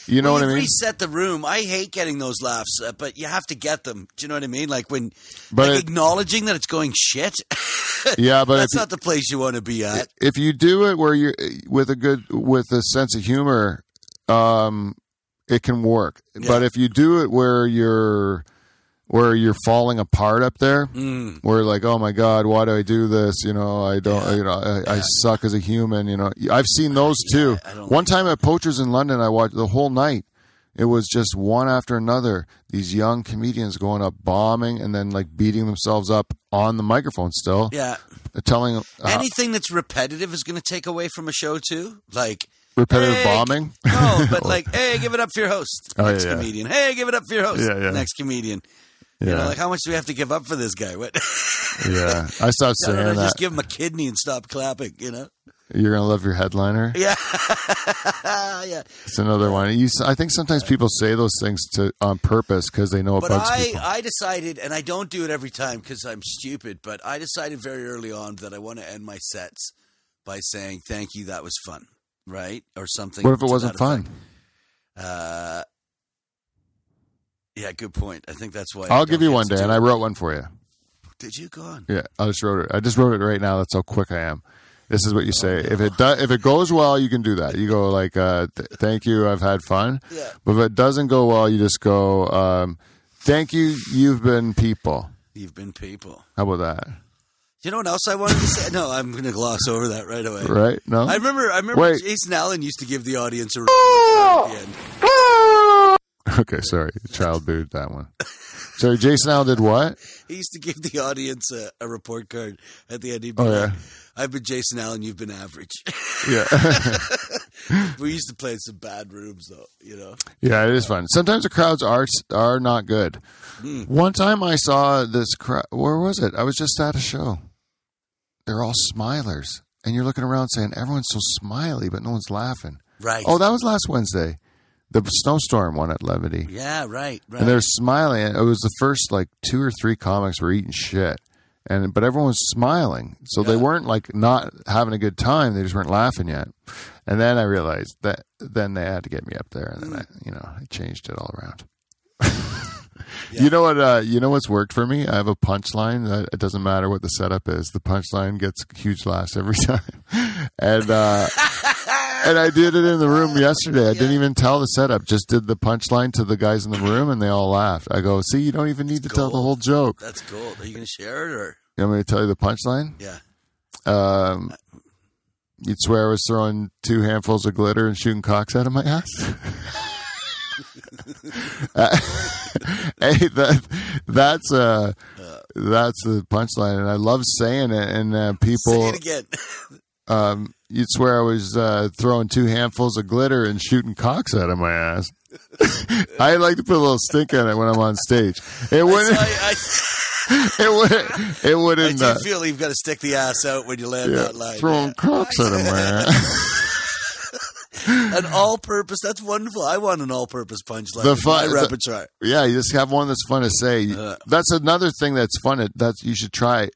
[SPEAKER 1] you know
[SPEAKER 2] Well,
[SPEAKER 1] what i
[SPEAKER 2] you've
[SPEAKER 1] mean
[SPEAKER 2] Reset the room. I hate getting those laughs, uh, but you have to get them. Do you know what I mean? Like when,
[SPEAKER 1] But
[SPEAKER 2] like
[SPEAKER 1] it-
[SPEAKER 2] acknowledging that it's going shit.
[SPEAKER 1] yeah but
[SPEAKER 2] That's
[SPEAKER 1] if,
[SPEAKER 2] not the place you want to be at.
[SPEAKER 1] if you do it where you're with a good with a sense of humor um it can work but if you do it where you're where you're falling apart up there
[SPEAKER 2] Mm.
[SPEAKER 1] where like oh my god why do i do this you know i don't you know I, I suck as a human you know i've seen those too
[SPEAKER 2] I don't
[SPEAKER 1] one time at poachers in london i watched the whole night it was just one after another these young comedians going up bombing and then like beating themselves up on the microphone still
[SPEAKER 2] Yeah.
[SPEAKER 1] telling uh,
[SPEAKER 2] Anything that's repetitive is going to take away from a show too. Like
[SPEAKER 1] repetitive
[SPEAKER 2] Hey,
[SPEAKER 1] bombing
[SPEAKER 2] no, Oh, but like hey, give it up for your host.
[SPEAKER 1] Oh, yeah,
[SPEAKER 2] Next
[SPEAKER 1] yeah.
[SPEAKER 2] comedian. Hey, give it up for your host.
[SPEAKER 1] Yeah, yeah.
[SPEAKER 2] Next comedian.
[SPEAKER 1] yeah
[SPEAKER 2] You know, like how much do we have to give up for this guy? What?
[SPEAKER 1] yeah i stopped
[SPEAKER 2] I
[SPEAKER 1] saying
[SPEAKER 2] don't know,
[SPEAKER 1] that
[SPEAKER 2] just give him a kidney and stop clapping. You know?
[SPEAKER 1] you're gonna love your headliner
[SPEAKER 2] Yeah. yeah.
[SPEAKER 1] it's another one you, s- i think sometimes people say those things to on purpose because they know it
[SPEAKER 2] But
[SPEAKER 1] bugs
[SPEAKER 2] I, uh,
[SPEAKER 1] people
[SPEAKER 2] I decided, and I don't do it every time because I'm stupid, but I decided very early on that I want to end my sets by saying, thank you, that was fun, right? Or something.
[SPEAKER 1] what if
[SPEAKER 2] to
[SPEAKER 1] it
[SPEAKER 2] that
[SPEAKER 1] wasn't fun
[SPEAKER 2] effect. Uh, yeah, good point. I think that's why. I
[SPEAKER 1] I'll
[SPEAKER 2] don't
[SPEAKER 1] give you
[SPEAKER 2] get
[SPEAKER 1] one
[SPEAKER 2] to
[SPEAKER 1] day,
[SPEAKER 2] do
[SPEAKER 1] and I
[SPEAKER 2] it.
[SPEAKER 1] wrote one for you.
[SPEAKER 2] Did you? Go on.
[SPEAKER 1] Yeah, I just wrote it. I just wrote it right now. That's how quick I am. This is what you say. If it do, if it goes well, you can do that. You go like, uh, th- "Thank you, I've had fun."
[SPEAKER 2] Yeah.
[SPEAKER 1] But if it doesn't go well, you just go, um, "Thank you, you've been people."
[SPEAKER 2] You've been people.
[SPEAKER 1] How about that?
[SPEAKER 2] You know what else I wanted to say? No, I'm going to gloss over that right away.
[SPEAKER 1] Right? No.
[SPEAKER 2] I remember. I remember.
[SPEAKER 1] Wait.
[SPEAKER 2] Jason Allen used to give the audience a. at the end.
[SPEAKER 1] okay, sorry. Child booed that one. Sorry, Jason Allen did what?
[SPEAKER 2] He used to give the audience a, a report card at the end. He'd be
[SPEAKER 1] Oh,
[SPEAKER 2] like,
[SPEAKER 1] yeah.
[SPEAKER 2] I've been Jason Allen, you've been average.
[SPEAKER 1] Yeah,
[SPEAKER 2] we used to play in some bad rooms, though, you know?
[SPEAKER 1] yeah. It is fun. Sometimes the crowds are are not good. One time I saw this crowd. Where was it? I was just at a show. They're all smilers. And you're looking around saying, everyone's so smiley, but no one's laughing.
[SPEAKER 2] Right.
[SPEAKER 1] Oh, that was last Wednesday. The snowstorm one at Levity.
[SPEAKER 2] yeah, right, right.
[SPEAKER 1] And they're smiling. and It was the first like two or three comics were eating shit. And but everyone was smiling. So they weren't like not having a good time. They just weren't laughing yet. And then I realized that then they had to get me up there and then I you know, I changed it all around. You know what? Uh, you know what's worked for me. I have a punchline. That it doesn't matter what the setup is. The punchline gets huge laughs every time, and uh, and I did it in the
[SPEAKER 2] Oh,
[SPEAKER 1] room yesterday. I didn't even tell the setup. Just did the punchline to the guys in the room, and they all laughed. I go, see, you don't even need to tell the
[SPEAKER 2] gold.
[SPEAKER 1] whole joke.
[SPEAKER 2] That's gold. Are you going to share it or?
[SPEAKER 1] You want me to tell you the punchline?
[SPEAKER 2] Yeah.
[SPEAKER 1] Um,
[SPEAKER 2] Uh,
[SPEAKER 1] you'd swear I was throwing two handfuls of glitter and shooting cocks out of my ass. Uh, hey, that, that's uh, that's the punchline, and I love saying it. And uh,
[SPEAKER 2] Say
[SPEAKER 1] people,
[SPEAKER 2] it again.
[SPEAKER 1] um, you'd swear I was uh, throwing two handfuls of glitter and shooting cocks out of my ass. I like to put a little stink on it when I'm on stage. It
[SPEAKER 2] So
[SPEAKER 1] wouldn't.
[SPEAKER 2] I,
[SPEAKER 1] It wouldn't. It
[SPEAKER 2] I, I
[SPEAKER 1] wouldn't. uh,
[SPEAKER 2] do feel you've got to stick the ass out when you land
[SPEAKER 1] yeah,
[SPEAKER 2] that line.
[SPEAKER 1] throwing cocks out of my ass.
[SPEAKER 2] Yeah. An all purpose. That's wonderful. I want an all purpose punchline.
[SPEAKER 1] The
[SPEAKER 2] in my
[SPEAKER 1] fu- the-
[SPEAKER 2] repertoire.
[SPEAKER 1] Yeah, you just have one that's fun to say.
[SPEAKER 2] Uh.
[SPEAKER 1] that's another thing that's fun. That you should try.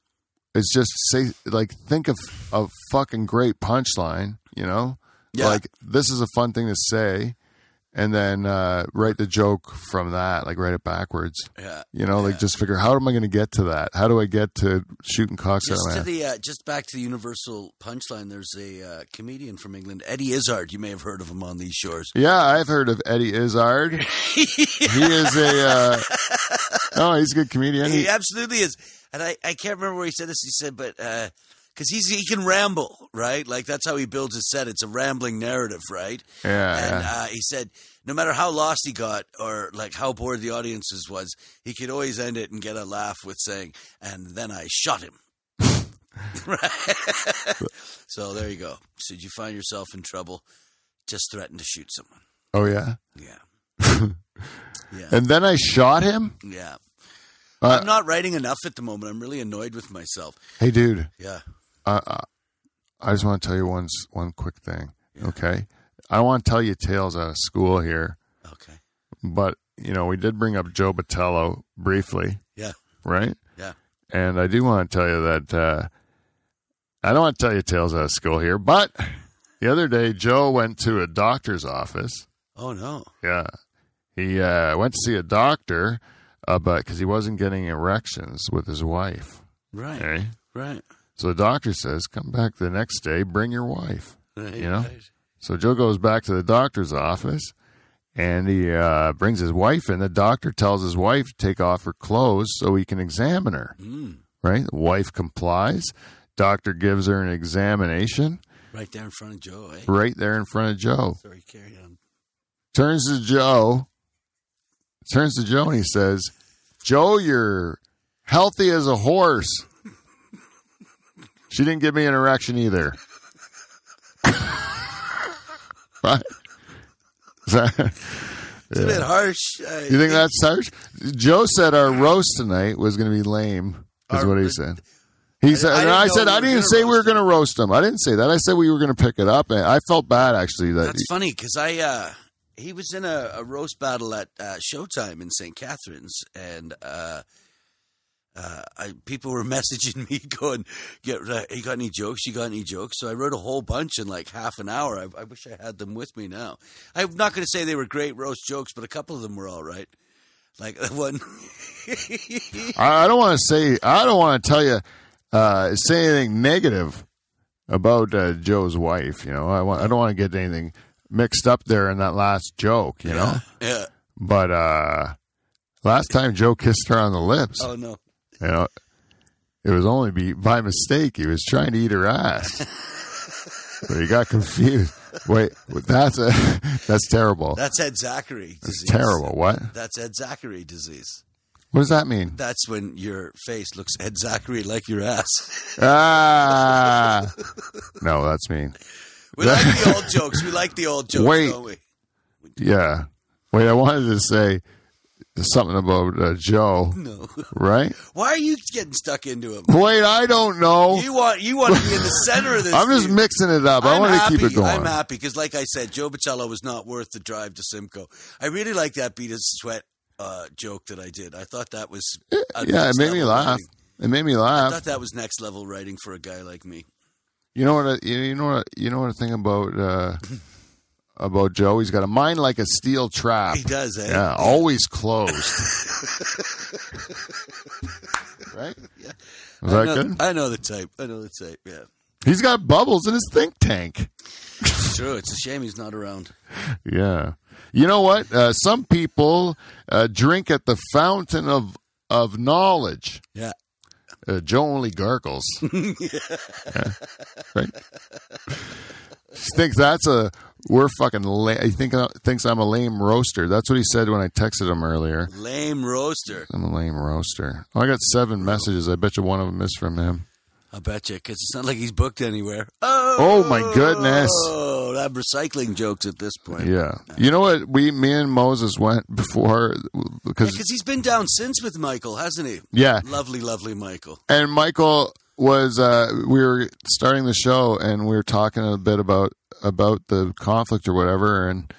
[SPEAKER 1] Is just say like think of a fucking great punchline. You know,
[SPEAKER 2] Yeah.
[SPEAKER 1] like this is a fun thing to say, and then uh, write the joke from that. Like write it backwards.
[SPEAKER 2] Yeah.
[SPEAKER 1] You know, like just figure how am I going to get to that? How do I get to shooting cocks out
[SPEAKER 2] Just
[SPEAKER 1] of my
[SPEAKER 2] to
[SPEAKER 1] ass?
[SPEAKER 2] the uh, just back to the universal punchline. There's a uh, comedian from England, Eddie Izzard. You may have heard of him on these shores.
[SPEAKER 1] Yeah, I've heard of Eddie Izzard. He is a uh, oh, he's a good comedian. He-
[SPEAKER 2] He absolutely is, and I, I can't remember where he said this. He said, but because he's he can ramble, right? Like that's how he builds his set. It's a rambling narrative, right?
[SPEAKER 1] yeah,
[SPEAKER 2] and
[SPEAKER 1] yeah.
[SPEAKER 2] uh, he said, no matter how lost he got or like how bored the audiences was, he could always end it and get a laugh with saying, "And then I shot him." So there you go. Should you find yourself in trouble, just threaten to shoot someone.
[SPEAKER 1] Oh yeah.
[SPEAKER 2] Yeah. yeah.
[SPEAKER 1] And then I shot him.
[SPEAKER 2] yeah.
[SPEAKER 1] Uh,
[SPEAKER 2] I'm not writing enough at the moment. I'm really annoyed with myself.
[SPEAKER 1] Hey, dude.
[SPEAKER 2] Yeah.
[SPEAKER 1] I I, I just want to tell you one s- one quick thing. Okay. I don't want to tell you tales out of school here,
[SPEAKER 2] Okay.
[SPEAKER 1] but you know we did bring up Joe Batello briefly,
[SPEAKER 2] Yeah.
[SPEAKER 1] right?
[SPEAKER 2] Yeah.
[SPEAKER 1] And I do want to tell you that uh, I don't want to tell you tales out of school here, but the other day Joe went to a doctor's office.
[SPEAKER 2] Oh no.
[SPEAKER 1] Yeah. He uh, went to see a doctor, uh, but because he wasn't getting erections with his wife.
[SPEAKER 2] Right.
[SPEAKER 1] Okay.
[SPEAKER 2] Right.
[SPEAKER 1] So the doctor says, come back the next day, bring your wife.
[SPEAKER 2] Right.
[SPEAKER 1] You know?
[SPEAKER 2] right.
[SPEAKER 1] So Joe goes back to the doctor's office and he uh, brings his wife in. The doctor tells his wife to take off her clothes so he can examine her.
[SPEAKER 2] Mm.
[SPEAKER 1] Right? The wife complies. Doctor gives her an examination
[SPEAKER 2] Right there in front of Joe. Eh?
[SPEAKER 1] right there in front of Joe.
[SPEAKER 2] Sorry. Carry on.
[SPEAKER 1] turns to Joe, turns to Joe, and he says, "Joe, you're healthy as a horse." She didn't give me an erection either. right? Is that-
[SPEAKER 2] It's a bit harsh. I,
[SPEAKER 1] you think that's Sarge? Joe said our roast tonight was going to be lame. Is
[SPEAKER 2] Our-
[SPEAKER 1] what he said. He said,
[SPEAKER 2] I
[SPEAKER 1] and
[SPEAKER 2] didn't
[SPEAKER 1] I
[SPEAKER 2] know
[SPEAKER 1] said,
[SPEAKER 2] we
[SPEAKER 1] I
[SPEAKER 2] were
[SPEAKER 1] didn't
[SPEAKER 2] gonna
[SPEAKER 1] say we were
[SPEAKER 2] roast him.
[SPEAKER 1] going to roast him. I didn't say that. I said we were going to pick it up. And I felt bad actually that
[SPEAKER 2] That's funny because I uh, he was in a, a roast battle at uh, Showtime in St. Catharines, and uh, uh, I, people were messaging me going, "Get uh, you got any jokes? You got any jokes?" So I wrote a whole bunch in like half an hour. I, I wish I had them with me now. I'm not going to say they were great roast jokes, but a couple of them were all right. Like that one.
[SPEAKER 1] I, I don't want to say. I don't want to tell you. Uh, say anything negative about uh, Joe's wife. You know, I want. I don't want to get anything mixed up there in that last joke. You know,
[SPEAKER 2] yeah.
[SPEAKER 1] but uh, last time Joe kissed her on the lips.
[SPEAKER 2] Oh no.
[SPEAKER 1] You know, it was only be, by mistake. He was trying to eat her ass. but he got confused. Wait, that's a that's terrible.
[SPEAKER 2] That's Ed Zachary
[SPEAKER 1] That's
[SPEAKER 2] disease.
[SPEAKER 1] terrible. What?
[SPEAKER 2] That's Ed Zachary disease.
[SPEAKER 1] What does that mean?
[SPEAKER 2] That's when your face looks Ed Zachary like your ass.
[SPEAKER 1] Ah, no, that's mean.
[SPEAKER 2] We like the old jokes. We like the old jokes,
[SPEAKER 1] Wait.
[SPEAKER 2] don't we?
[SPEAKER 1] Yeah. Wait, I wanted to say something about uh, Joe,
[SPEAKER 2] No.
[SPEAKER 1] right?
[SPEAKER 2] Why are you getting stuck into him?
[SPEAKER 1] Wait, I don't know.
[SPEAKER 2] You want you want to be in the center of this.
[SPEAKER 1] I'm just
[SPEAKER 2] dude.
[SPEAKER 1] mixing it up. I
[SPEAKER 2] I'm
[SPEAKER 1] want to
[SPEAKER 2] happy.
[SPEAKER 1] keep it going.
[SPEAKER 2] I'm happy because, like I said, Joe Bocello was not worth the drive to Simcoe. I really like that beat of sweat uh, joke that I did. I thought that was a
[SPEAKER 1] Eh, yeah, it
[SPEAKER 2] next
[SPEAKER 1] made me
[SPEAKER 2] level
[SPEAKER 1] laugh.
[SPEAKER 2] writing.
[SPEAKER 1] It made me
[SPEAKER 2] I
[SPEAKER 1] laugh.
[SPEAKER 2] thought that was next level writing for a guy like me.
[SPEAKER 1] You know what? I, you know what? You know what? I think about uh, about Joe. He's got a mind like a steel trap.
[SPEAKER 2] He does, eh?
[SPEAKER 1] Yeah, always closed. right? Was that
[SPEAKER 2] I know,
[SPEAKER 1] good?
[SPEAKER 2] I know the type. I know the type. Yeah,
[SPEAKER 1] He's got bubbles in his think tank.
[SPEAKER 2] true. It's a shame he's not around.
[SPEAKER 1] Yeah. You know what? Uh, some people uh, drink at the fountain of of knowledge.
[SPEAKER 2] Yeah.
[SPEAKER 1] Uh, Joe only gargles. Yeah. Right? She thinks that's a we're fucking. La- he think thinks I'm a lame roaster. That's what he said when I texted him earlier.
[SPEAKER 2] Lame roaster.
[SPEAKER 1] I'm a lame roaster. Oh, I got seven messages. I bet you one of them is from him.
[SPEAKER 2] I bet you, because it's not like he's booked anywhere. Oh,
[SPEAKER 1] Oh, my goodness.
[SPEAKER 2] Oh, I'm recycling jokes at this point.
[SPEAKER 1] Yeah. You know what? We, me and Moses went before
[SPEAKER 2] because
[SPEAKER 1] because
[SPEAKER 2] he's been down since with Michael, hasn't he?
[SPEAKER 1] yeah,
[SPEAKER 2] Lovely, lovely Michael.
[SPEAKER 1] and Michael was uh, we were starting the show and we were talking a bit about about the conflict or whatever and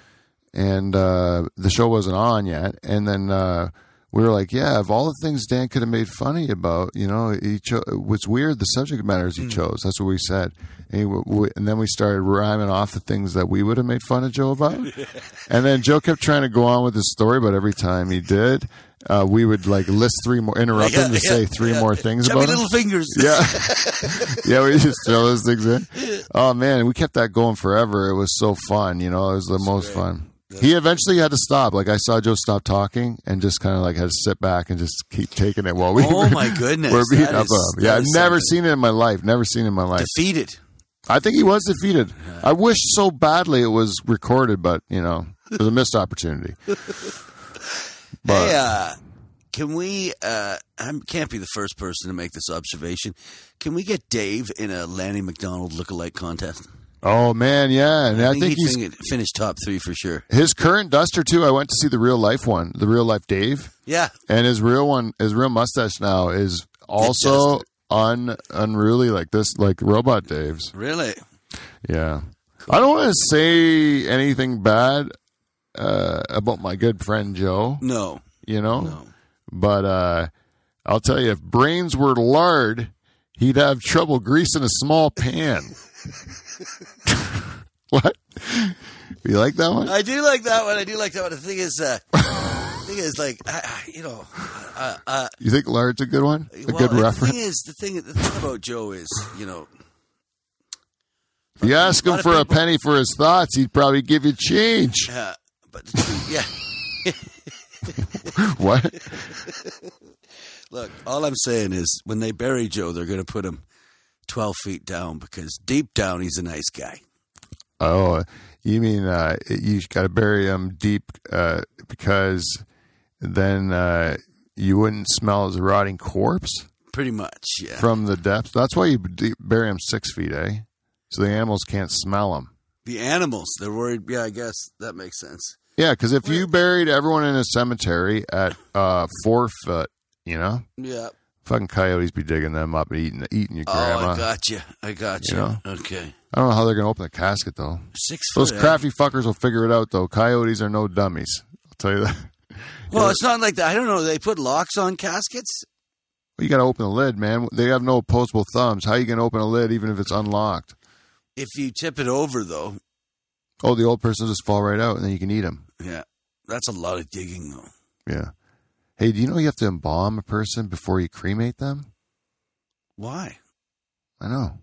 [SPEAKER 1] and uh, the show wasn't on yet and then uh, we were like yeah of all the things Dan could have made funny about you know he cho- what's weird the subject matters
[SPEAKER 2] Mm.
[SPEAKER 1] he chose that's what we said and, he, w- w- and then we started rhyming off the things that we would have made fun of Joe about and then Joe kept trying to go on with his story but every time he did. Uh, we would like list three more, interrupt him to
[SPEAKER 2] Yeah,
[SPEAKER 1] say
[SPEAKER 2] yeah,
[SPEAKER 1] three
[SPEAKER 2] yeah.
[SPEAKER 1] more things
[SPEAKER 2] Chubby
[SPEAKER 1] about him.
[SPEAKER 2] little fingers.
[SPEAKER 1] Yeah. yeah, we just throw those things in. Oh man, we kept that going forever. It was so fun, you know, it was the most
[SPEAKER 2] great.
[SPEAKER 1] fun. He eventually had to stop. Like I saw Joe stop talking and just kind of like had to sit back and just keep taking it while we
[SPEAKER 2] Oh
[SPEAKER 1] were,
[SPEAKER 2] my goodness.
[SPEAKER 1] were beating
[SPEAKER 2] That
[SPEAKER 1] up
[SPEAKER 2] is-
[SPEAKER 1] on him. uh, Yeah,
[SPEAKER 2] that
[SPEAKER 1] I've
[SPEAKER 2] is
[SPEAKER 1] never
[SPEAKER 2] something.
[SPEAKER 1] seen it in my life. Never seen it in my life.
[SPEAKER 2] defeated.
[SPEAKER 1] I think he was defeated. I wish so badly it was recorded, but you know, it was a missed opportunity. But
[SPEAKER 2] hey, uh, Can we? Uh, I can't be the first person to make this observation. Can we get Dave in a Lanny McDonald lookalike contest?
[SPEAKER 1] Oh man, yeah, and I, think
[SPEAKER 2] he'd
[SPEAKER 1] he's
[SPEAKER 2] fin- finish top three for sure.
[SPEAKER 1] his current duster too. I went to see the real life one, the real life Dave,
[SPEAKER 2] Yeah,
[SPEAKER 1] and his real one, his real mustache now is also un unruly like this, like robot Dave's.
[SPEAKER 2] really.
[SPEAKER 1] Yeah, I don't want to say anything bad uh, about my good friend Joe,
[SPEAKER 2] No,
[SPEAKER 1] you know,
[SPEAKER 2] no.
[SPEAKER 1] but uh, I'll tell you, if brains were lard, he'd have trouble greasing a small pan. what? You like that one?
[SPEAKER 2] I do like that one. I do like that one. The thing is, uh, the thing is, like, I, I, you know, uh, uh,
[SPEAKER 1] You think Lard's a good one? A good
[SPEAKER 2] The
[SPEAKER 1] reference?
[SPEAKER 2] thing is, the thing, the thing about Joe is, you know,
[SPEAKER 1] If you ask
[SPEAKER 2] lot
[SPEAKER 1] him
[SPEAKER 2] of
[SPEAKER 1] for a
[SPEAKER 2] people-
[SPEAKER 1] penny for his thoughts, he'd probably give you change.
[SPEAKER 2] uh, but the truth- yeah.
[SPEAKER 1] What?
[SPEAKER 2] Look, all I'm saying is, when they bury Joe, they're going to put him twelve feet down because deep down, he's a nice guy.
[SPEAKER 1] Oh, you mean uh, you got to bury him deep uh, because then uh, you wouldn't smell his rotting corpse
[SPEAKER 2] Pretty much, yeah.
[SPEAKER 1] from the depths? That's why you deep, bury him six feet, eh? So the animals can't smell him.
[SPEAKER 2] the animals, they're worried. Yeah, I guess that makes sense.
[SPEAKER 1] Yeah, because if you buried everyone in a cemetery at uh, four foot, you know,
[SPEAKER 2] Yeah.
[SPEAKER 1] fucking coyotes be digging them up and eating eating your
[SPEAKER 2] Oh,
[SPEAKER 1] grandma.
[SPEAKER 2] I got you. I got you.
[SPEAKER 1] You know?
[SPEAKER 2] Okay.
[SPEAKER 1] I don't know how they're gonna open the casket though.
[SPEAKER 2] Six
[SPEAKER 1] Those
[SPEAKER 2] foot. eh?
[SPEAKER 1] crafty fuckers will figure it out, though. Coyotes are no dummies. I'll tell you that.
[SPEAKER 2] Well, it's not like that. I don't know. They put locks on caskets.
[SPEAKER 1] You got to open the lid, man. They have no opposable thumbs. How you going to open a lid even if it's unlocked?
[SPEAKER 2] If you tip it over, though,
[SPEAKER 1] Oh, the old person will just fall right out, and then you can eat them.
[SPEAKER 2] yeah, that's a lot of digging, though.
[SPEAKER 1] Yeah. Hey, do you know you have to embalm a person before you cremate them?
[SPEAKER 2] Why?
[SPEAKER 1] I know.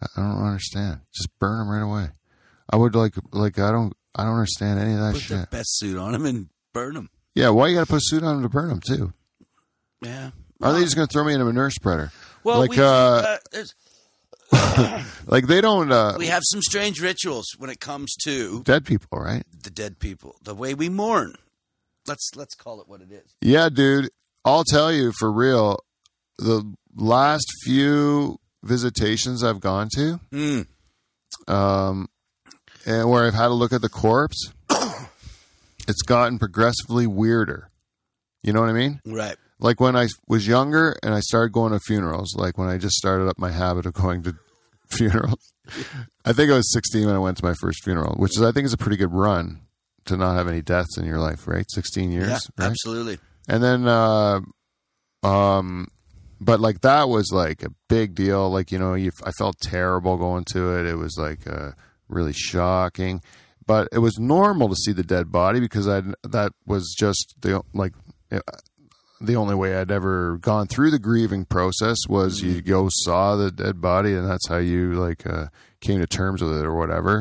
[SPEAKER 1] I I don't understand. Just burn them right away. I would like, like I don't, I don't understand any of that
[SPEAKER 2] put
[SPEAKER 1] Ah, shit.
[SPEAKER 2] the best suit on him and burn him.
[SPEAKER 1] yeah, why you got to put a suit on 'em to burn them too?
[SPEAKER 2] Yeah.
[SPEAKER 1] Are they just going to throw me in a manure spreader?
[SPEAKER 2] Well,
[SPEAKER 1] like,
[SPEAKER 2] we, do,
[SPEAKER 1] uh,
[SPEAKER 2] uh, there's-
[SPEAKER 1] like they don't uh,
[SPEAKER 2] we have some strange rituals when it comes to
[SPEAKER 1] dead people, right?
[SPEAKER 2] the dead people. The way we mourn. Let's let's call it what it is.
[SPEAKER 1] Yeah, dude. I'll tell you for real, the last few visitations I've gone to,
[SPEAKER 2] Mm.
[SPEAKER 1] um, and where I've had a look at the corpse, it's gotten progressively weirder. You know what I mean?
[SPEAKER 2] Right.
[SPEAKER 1] Like when I was younger and I started going to funerals, like when I just started up my habit of going to funerals. I think I was 16 when I went to my first funeral, which is I think is a pretty good run to not have any deaths in your life, right? 16 years,
[SPEAKER 2] yeah.
[SPEAKER 1] right?
[SPEAKER 2] Absolutely.
[SPEAKER 1] and then uh um but like that was like a big deal like you know you, i felt terrible going to it it was like uh really shocking but it was normal to see the dead body because i that was just the like uh, the only way i'd ever gone through the grieving process was you go saw the dead body and that's how you like uh came to terms with it or whatever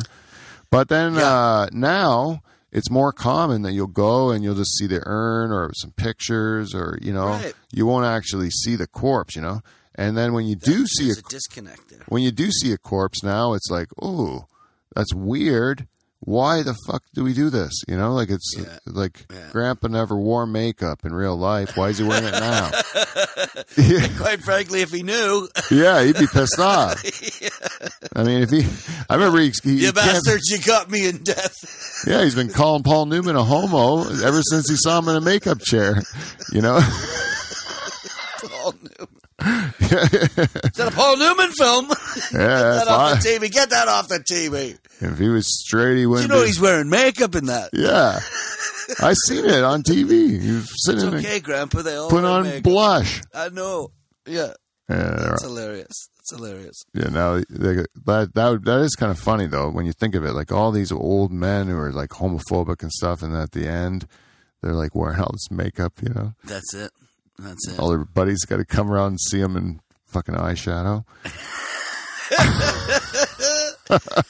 [SPEAKER 1] but then uh, now it's more common that you'll go and you'll just see the urn or some pictures or you know
[SPEAKER 2] Right.
[SPEAKER 1] you won't actually see the corpse, you know. And then when you do see a
[SPEAKER 2] There's a disconnect there.
[SPEAKER 1] when you do see a corpse now, it's like oh, that's weird. Why the fuck do we do this? You know, like it's
[SPEAKER 2] Yeah.
[SPEAKER 1] like
[SPEAKER 2] Yeah.
[SPEAKER 1] Grandpa never wore makeup in real life. Why is he wearing it now?
[SPEAKER 2] Quite frankly, if he knew,
[SPEAKER 1] yeah, he'd be pissed off. I mean, if he, I remember he, he
[SPEAKER 2] you
[SPEAKER 1] he can't-
[SPEAKER 2] bastards, you got me in death.
[SPEAKER 1] Yeah, he's been calling Paul Newman a homo ever since he saw him in a makeup chair. You know,
[SPEAKER 2] Paul Newman. Is that a Paul Newman film? Get
[SPEAKER 1] yeah.
[SPEAKER 2] that
[SPEAKER 1] If,
[SPEAKER 2] off
[SPEAKER 1] I,
[SPEAKER 2] the TV. Get that off the TV.
[SPEAKER 1] if he was straight, he
[SPEAKER 2] You
[SPEAKER 1] wouldn't.
[SPEAKER 2] know
[SPEAKER 1] be-
[SPEAKER 2] he's wearing makeup in that.
[SPEAKER 1] yeah. I seen it on TV. He was sitting there
[SPEAKER 2] Okay, Grandpa, they all
[SPEAKER 1] putting
[SPEAKER 2] wear
[SPEAKER 1] on
[SPEAKER 2] makeup.
[SPEAKER 1] blush.
[SPEAKER 2] I know. Yeah,
[SPEAKER 1] Yeah,
[SPEAKER 2] it's hilarious. It's hilarious.
[SPEAKER 1] yeah. Now they, that that would- that is kind of funny though when you think of it. Like all these old men who are like homophobic and stuff, and at the end they're like wearing all this makeup. You know,
[SPEAKER 2] That's it. That's it.
[SPEAKER 1] all their buddies got to come around and see them in fucking eyeshadow.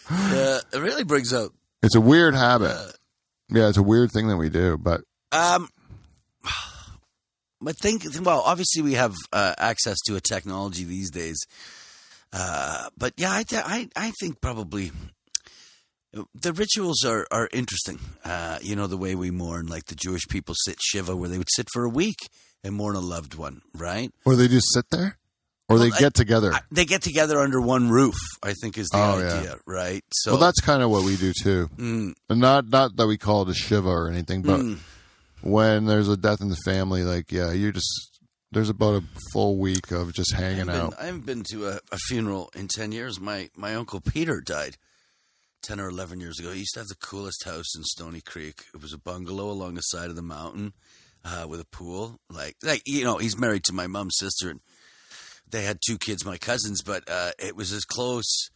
[SPEAKER 2] Uh, it really brings out.
[SPEAKER 1] It's a weird habit. Yeah, it's a weird thing that we do, but
[SPEAKER 2] Um, I think. Well, obviously we have uh, access to a technology these days. Uh, but yeah, I, th- I I think probably the rituals are are interesting. Uh, you know the way we mourn, like the Jewish people sit shiva, where they would sit for a week and mourn a loved one, right?
[SPEAKER 1] Or they just sit there? Or they
[SPEAKER 2] Well, I-
[SPEAKER 1] get together?
[SPEAKER 2] I- they get together under one roof. I think is the
[SPEAKER 1] Oh, yeah.
[SPEAKER 2] idea, right? So
[SPEAKER 1] well, that's kind of what we do too.
[SPEAKER 2] Mm,
[SPEAKER 1] And not not that we call it a shiva or anything, but
[SPEAKER 2] mm.
[SPEAKER 1] when there's a death in the family, like yeah, you're just there's about a full week of just
[SPEAKER 2] I
[SPEAKER 1] hanging
[SPEAKER 2] haven't been-
[SPEAKER 1] out.
[SPEAKER 2] I haven't been to a, a funeral in ten years. My my uncle Peter died ten or eleven years ago. He used to have the coolest house in Stony Creek. It was a bungalow along the side of the mountain uh, with a pool. Like like you know, he's married to my mom's sister, and they had two kids, my cousins. But uh, it was as close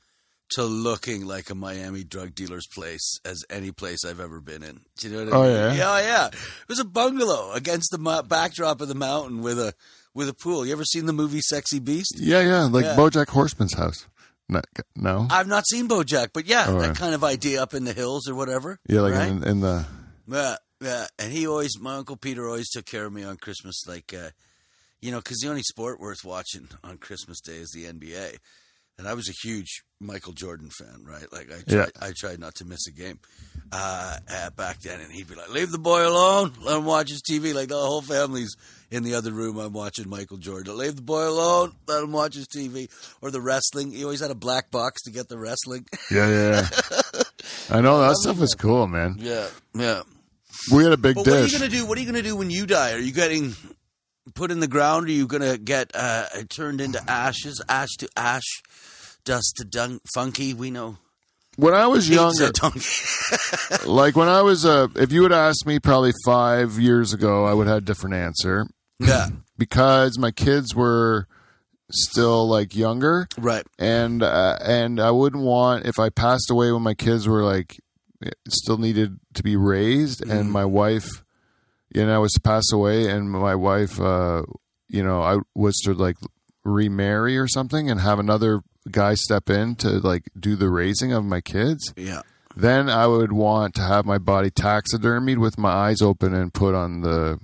[SPEAKER 2] to looking like a Miami drug dealer's place as any place I've ever been in. Do you know what I
[SPEAKER 1] Oh,
[SPEAKER 2] mean?
[SPEAKER 1] yeah?
[SPEAKER 2] yeah, yeah. It was a bungalow against the mo- backdrop of the mountain with a with a pool. You ever seen the movie Sexy Beast?
[SPEAKER 1] Yeah, yeah, like
[SPEAKER 2] Yeah.
[SPEAKER 1] BoJack Horseman's house. No, no?
[SPEAKER 2] I've not seen BoJack, but yeah,
[SPEAKER 1] Oh, yeah.
[SPEAKER 2] that kind of idea up in the hills or whatever.
[SPEAKER 1] yeah, like
[SPEAKER 2] right?
[SPEAKER 1] in, in the
[SPEAKER 2] yeah, yeah. And he always, my uncle Peter always took care of me on Christmas, like uh, you know, because the only sport worth watching on Christmas Day is the NBA. And I was a huge Michael Jordan fan, right? Like I, tried,
[SPEAKER 1] Yeah.
[SPEAKER 2] I tried not to miss a game uh, uh, back then, and he'd be like, "Leave the boy alone. Let him watch his TV." Like the whole family's in the other room. I'm watching Michael Jordan. Leave the boy alone. Let him watch his TV or the wrestling. He always had a black box to get the wrestling.
[SPEAKER 1] yeah, yeah. yeah. I know that stuff is cool, man.
[SPEAKER 2] Yeah, yeah.
[SPEAKER 1] We had a big
[SPEAKER 2] But what are
[SPEAKER 1] dish.
[SPEAKER 2] you gonna do? What are you gonna do when you die? Are you getting put in the ground? Are you gonna get uh, turned into ashes, ash to ash, dust to dun- funky? We know.
[SPEAKER 1] when I was younger,
[SPEAKER 2] Pizza donkey.
[SPEAKER 1] like when I was uh, if you would ask me probably five years ago, I would have had a different answer
[SPEAKER 2] yeah,
[SPEAKER 1] because my kids were still like younger,
[SPEAKER 2] right.
[SPEAKER 1] and uh, and I wouldn't want if I passed away when my kids were like still needed to be raised,
[SPEAKER 2] Mm-hmm.
[SPEAKER 1] and my wife, you know, was to pass away, and my wife, uh, you know, I was to like remarry or something and have another guy step in to like do the raising of my kids
[SPEAKER 2] Yeah.
[SPEAKER 1] then I would want to have my body taxidermied with my eyes open and put on the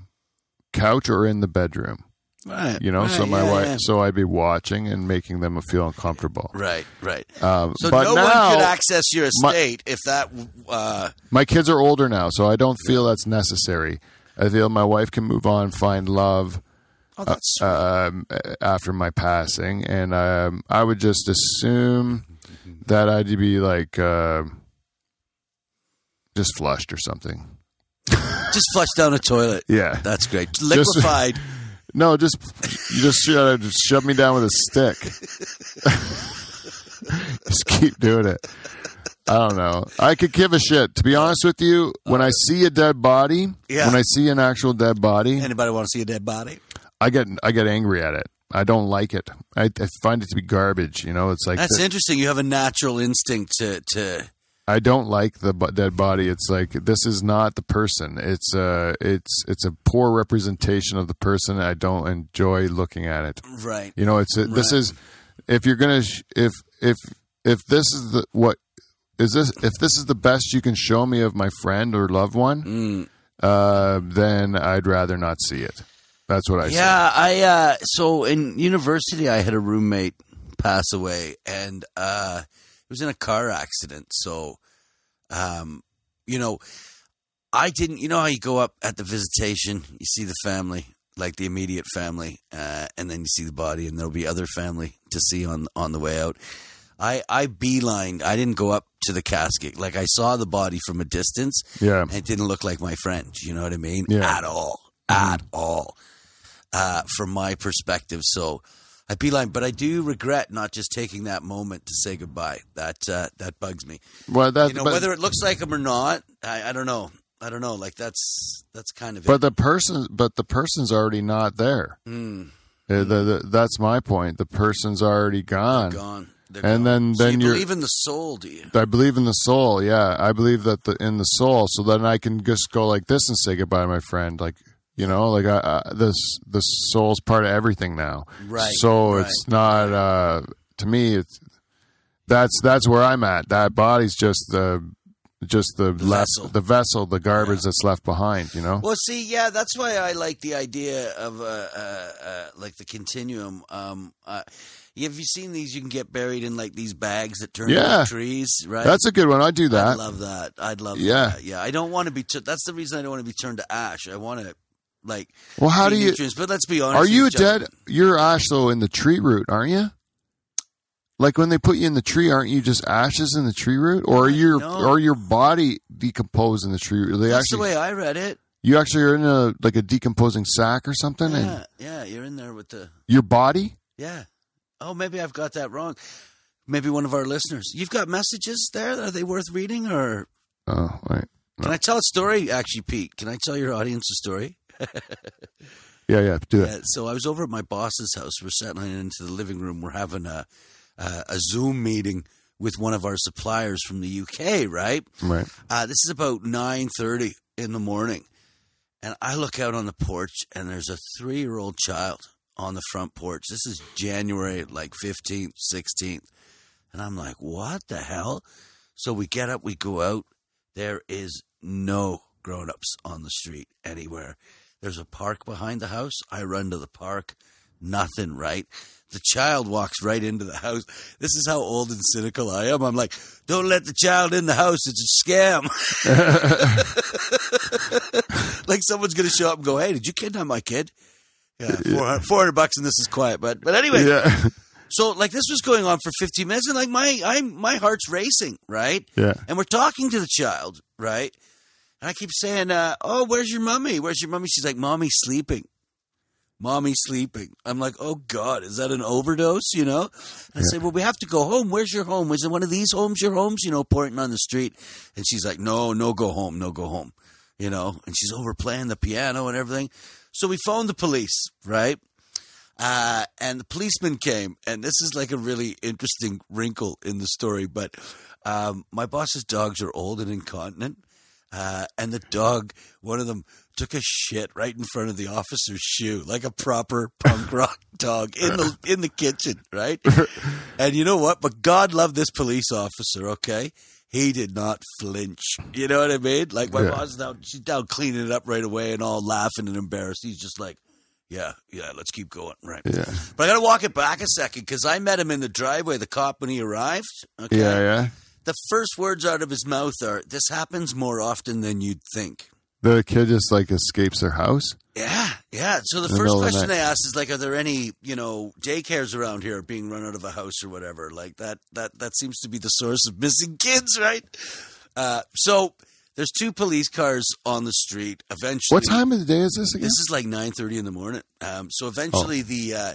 [SPEAKER 1] couch or in the bedroom.
[SPEAKER 2] Right.
[SPEAKER 1] You know,
[SPEAKER 2] right,
[SPEAKER 1] so my
[SPEAKER 2] yeah,
[SPEAKER 1] wife,
[SPEAKER 2] yeah.
[SPEAKER 1] so I'd be watching and making them feel uncomfortable.
[SPEAKER 2] Right. Right.
[SPEAKER 1] Um,
[SPEAKER 2] So
[SPEAKER 1] but
[SPEAKER 2] no
[SPEAKER 1] now
[SPEAKER 2] one could access your
[SPEAKER 1] my-
[SPEAKER 2] estate if that. Uh,
[SPEAKER 1] my kids are older now, so I don't feel that's necessary. I feel my wife can move on, find love Uh,
[SPEAKER 2] oh, that's sweet.
[SPEAKER 1] um, after my passing, and um, I would just assume that I'd be like uh, just flushed or something.
[SPEAKER 2] just flush down a toilet.
[SPEAKER 1] Yeah.
[SPEAKER 2] That's great. Liquefied.
[SPEAKER 1] No, just you just shove, just shove me down with a stick. just keep doing it. I don't know. I could give a shit. To be honest with you, when I see a dead body,
[SPEAKER 2] Yeah.
[SPEAKER 1] when I see an actual dead body,
[SPEAKER 2] Anybody want to see a dead body?
[SPEAKER 1] I get I get angry at it. I don't like it. I, I find it to be garbage. You know, it's like
[SPEAKER 2] That's
[SPEAKER 1] the-
[SPEAKER 2] interesting. You have a natural instinct to to.
[SPEAKER 1] I don't like the bu- dead body. It's like this is not the person. It's a it's it's a poor representation of the person. I don't enjoy looking at it.
[SPEAKER 2] Right.
[SPEAKER 1] You know, it's this
[SPEAKER 2] Right.
[SPEAKER 1] is if you're gonna sh- if if if this is the what is this if this is the best you can show me of my friend or loved one,
[SPEAKER 2] Mm.
[SPEAKER 1] uh, then I'd rather not see it. That's what I say.
[SPEAKER 2] yeah, I uh so in university I had a roommate pass away and uh he was in a car accident. So um you know I didn't you know how you go up at the visitation, you see the family, like the immediate family, uh and then you see the body and there'll be other family to see on on the way out. I I beelined. I didn't go up to the casket. Like I saw the body from a distance
[SPEAKER 1] Yeah,
[SPEAKER 2] it didn't look like my friend. You know what I mean?
[SPEAKER 1] Yeah. Mm-hmm.
[SPEAKER 2] At all. At all. Uh, from my perspective. So I beeline, but I do regret not just taking that moment to say goodbye. That uh, that bugs me.
[SPEAKER 1] well, that
[SPEAKER 2] You know,
[SPEAKER 1] but,
[SPEAKER 2] whether it looks like him or not, I, I don't know. I don't know. Like that's that's kind of it.
[SPEAKER 1] but the person but the person's already not there.
[SPEAKER 2] Mm,
[SPEAKER 1] Uh, the, the, that's my point. The person's already gone.
[SPEAKER 2] gone. They're
[SPEAKER 1] And
[SPEAKER 2] gone.
[SPEAKER 1] then-
[SPEAKER 2] So
[SPEAKER 1] then
[SPEAKER 2] you
[SPEAKER 1] you're-
[SPEAKER 2] believe in the soul, do you?
[SPEAKER 1] I believe in the soul. Yeah, I believe that the in the soul. So then I can just go like this and say goodbye, to my friend. Like you know, like I, I, this the soul's part of everything now.
[SPEAKER 2] Right,
[SPEAKER 1] So
[SPEAKER 2] right.
[SPEAKER 1] it's not uh, to me. It's that's that's where I'm at. That body's just the just the, less
[SPEAKER 2] vessel.
[SPEAKER 1] the vessel, the garbage that's left behind. You know.
[SPEAKER 2] Well, see, yeah, that's why I like the idea of uh, uh, uh, like the continuum. Um, uh, Have you seen these? You can get buried in like these bags that turn
[SPEAKER 1] Yeah.
[SPEAKER 2] into trees, right?
[SPEAKER 1] That's a good one. I do
[SPEAKER 2] I
[SPEAKER 1] that.
[SPEAKER 2] love that. I'd love
[SPEAKER 1] Yeah.
[SPEAKER 2] that. Yeah. I don't want to be. tu- that's the reason I don't want to be turned to ash. I want to like.
[SPEAKER 1] Well, how
[SPEAKER 2] be
[SPEAKER 1] do you?
[SPEAKER 2] nutrients. But let's be honest.
[SPEAKER 1] Are
[SPEAKER 2] with
[SPEAKER 1] you a
[SPEAKER 2] each other.
[SPEAKER 1] dead? You're ash though in the tree root, aren't you? Like when they put you in the tree, aren't you just ashes in the tree root, or are your
[SPEAKER 2] No.
[SPEAKER 1] or your body decomposed in the tree root? They
[SPEAKER 2] That's
[SPEAKER 1] actually
[SPEAKER 2] the way I read it.
[SPEAKER 1] you actually are in a like a decomposing sack or something, and
[SPEAKER 2] Yeah, yeah. You're in there with the
[SPEAKER 1] your body.
[SPEAKER 2] yeah. Oh, maybe I've got that wrong. Maybe one of our listeners. You've got messages there. Are they worth reading or?
[SPEAKER 1] Oh, right.
[SPEAKER 2] Can I tell a story, actually, Pete? Can I tell your audience a story?
[SPEAKER 1] Yeah, yeah. Do it.
[SPEAKER 2] Uh, so I was over at my boss's house. We're settling into the living room. We're having a a, a Zoom meeting with one of our suppliers from the UK. Right.
[SPEAKER 1] Right.
[SPEAKER 2] Uh, this is about nine thirty in the morning, and I look out on the porch, and there's a three year old child on the front porch. This is January, like fifteenth, sixteenth, and I'm like, "What the hell?" So we get up, we go out. There is no grown ups on the street anywhere. There's a park behind the house. I run to the park. Nothing, right? The child walks right into the house. This is how old and cynical I am. I'm like, don't let the child in the house. It's a scam. like someone's going to show up and go, hey, did you kidnap my kid? Yeah, 400, 400 bucks and this is quiet, but but anyway,
[SPEAKER 1] Yeah.
[SPEAKER 2] so like this was going on for 15 minutes and like my I'm my heart's racing, right?
[SPEAKER 1] Yeah.
[SPEAKER 2] and we're talking to the child, right? And I keep saying, uh, "Oh, where's your mummy? Where's your mummy?" She's like, "Mommy's sleeping. Mommy's sleeping." I'm like, "Oh God, is that an overdose?" You know? And I say, "Well, we have to go home. Where's your home? Is it one of these homes? Your homes? You know, pointing on the street." And she's like, "No, no, go home. No, go home." You know? And she's over playing the piano and everything. So we phoned the police, right? Uh, and the policeman came, and this is like a really interesting wrinkle in the story. But um, my boss's dogs are old and incontinent, uh, and the dog, one of them, took a shit right in front of the officer's shoe, like a proper punk rock dog in the in the kitchen, right? And you know what? But God love this police officer. Okay, he did not flinch. You know what I mean? Like my
[SPEAKER 1] Yeah.
[SPEAKER 2] boss is now she's down cleaning it up right away, and all laughing and embarrassed. He's just like. Yeah, yeah, let's keep going. Right.
[SPEAKER 1] Yeah.
[SPEAKER 2] But I got to walk it back a second because I met him in the driveway, the cop, when he arrived. Okay.
[SPEAKER 1] Yeah. Yeah.
[SPEAKER 2] The first words out of his mouth are, This happens more often than you'd think.
[SPEAKER 1] The kid just like escapes their house.
[SPEAKER 2] Yeah, yeah. So the
[SPEAKER 1] In the
[SPEAKER 2] first
[SPEAKER 1] middle of the
[SPEAKER 2] question
[SPEAKER 1] night.
[SPEAKER 2] they asked is like, are there any you know daycares around here being run out of a house or whatever? Like that that that seems to be the source of missing kids, right? Uh, so there's two police cars on the street. Eventually,
[SPEAKER 1] What time of the day is this again? Oh.
[SPEAKER 2] This is like nine thirty in the morning. Um, so eventually, the uh,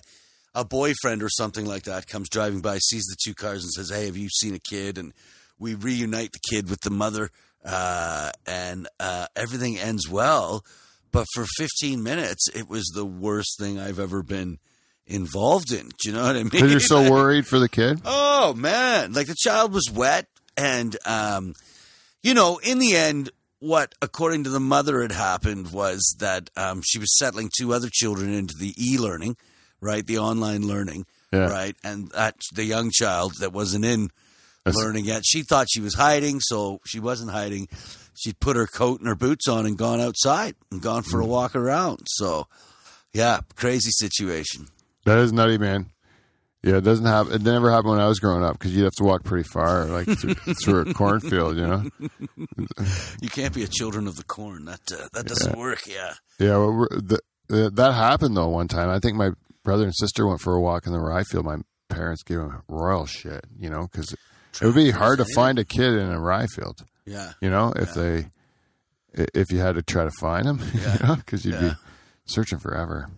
[SPEAKER 2] a boyfriend or something like that comes driving by, sees the two cars, and says, "Hey, have you seen a kid?" And we reunite the kid with the mother, uh, and uh, everything ends well. But for fifteen minutes, it was the worst thing I've ever been involved in. Do you know what I mean?
[SPEAKER 1] Because you're so worried for the kid.
[SPEAKER 2] Oh man, like the child was wet, and um, you know, in the end, what according to the mother had happened was that um, she was settling two other children into the e-learning, right, the online learning,
[SPEAKER 1] Yeah.
[SPEAKER 2] right, and that the young child that wasn't in
[SPEAKER 1] That's-
[SPEAKER 2] learning yet, she thought she was hiding, so she wasn't hiding. She'd put her coat and her boots on and gone outside and gone for a
[SPEAKER 1] Mm.
[SPEAKER 2] walk around. So, yeah, crazy situation.
[SPEAKER 1] That is nutty, man. Yeah, it doesn't happen. It never happened when I was growing up because you'd have to walk pretty far, like through, through a cornfield, you know.
[SPEAKER 2] You can't be a children of the corn. That uh, that doesn't work. Yeah.
[SPEAKER 1] Yeah, well, we're- the, the, that happened though one time. I think my brother and sister went for a walk in the rye field. My parents gave them royal shit, you know, because it would be hard to find a kid in a rye field,
[SPEAKER 2] Yeah.
[SPEAKER 1] you know, if they i- if you had to try to find them, you know, because you'd
[SPEAKER 2] Yeah.
[SPEAKER 1] be searching forever.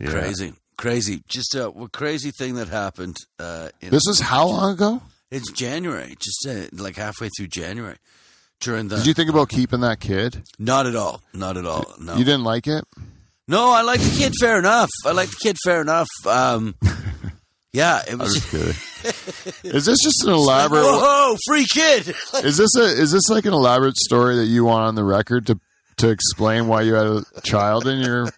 [SPEAKER 1] Yeah.
[SPEAKER 2] Crazy. Crazy. Just a w- crazy thing that happened. Uh, in,
[SPEAKER 1] This is how long ago?
[SPEAKER 2] it's January. Just uh, like halfway through January. During the
[SPEAKER 1] Did you think about keeping that kid?
[SPEAKER 2] not at all, not at all. No,
[SPEAKER 1] You didn't like it?
[SPEAKER 2] no. I like the kid. Fair enough. I like the kid. Fair enough. Um, yeah, it was.
[SPEAKER 1] Is this just an elaborate?
[SPEAKER 2] Whoa, free kid.
[SPEAKER 1] Is this a is this like an elaborate story that you want on the record to to explain why you had a child in your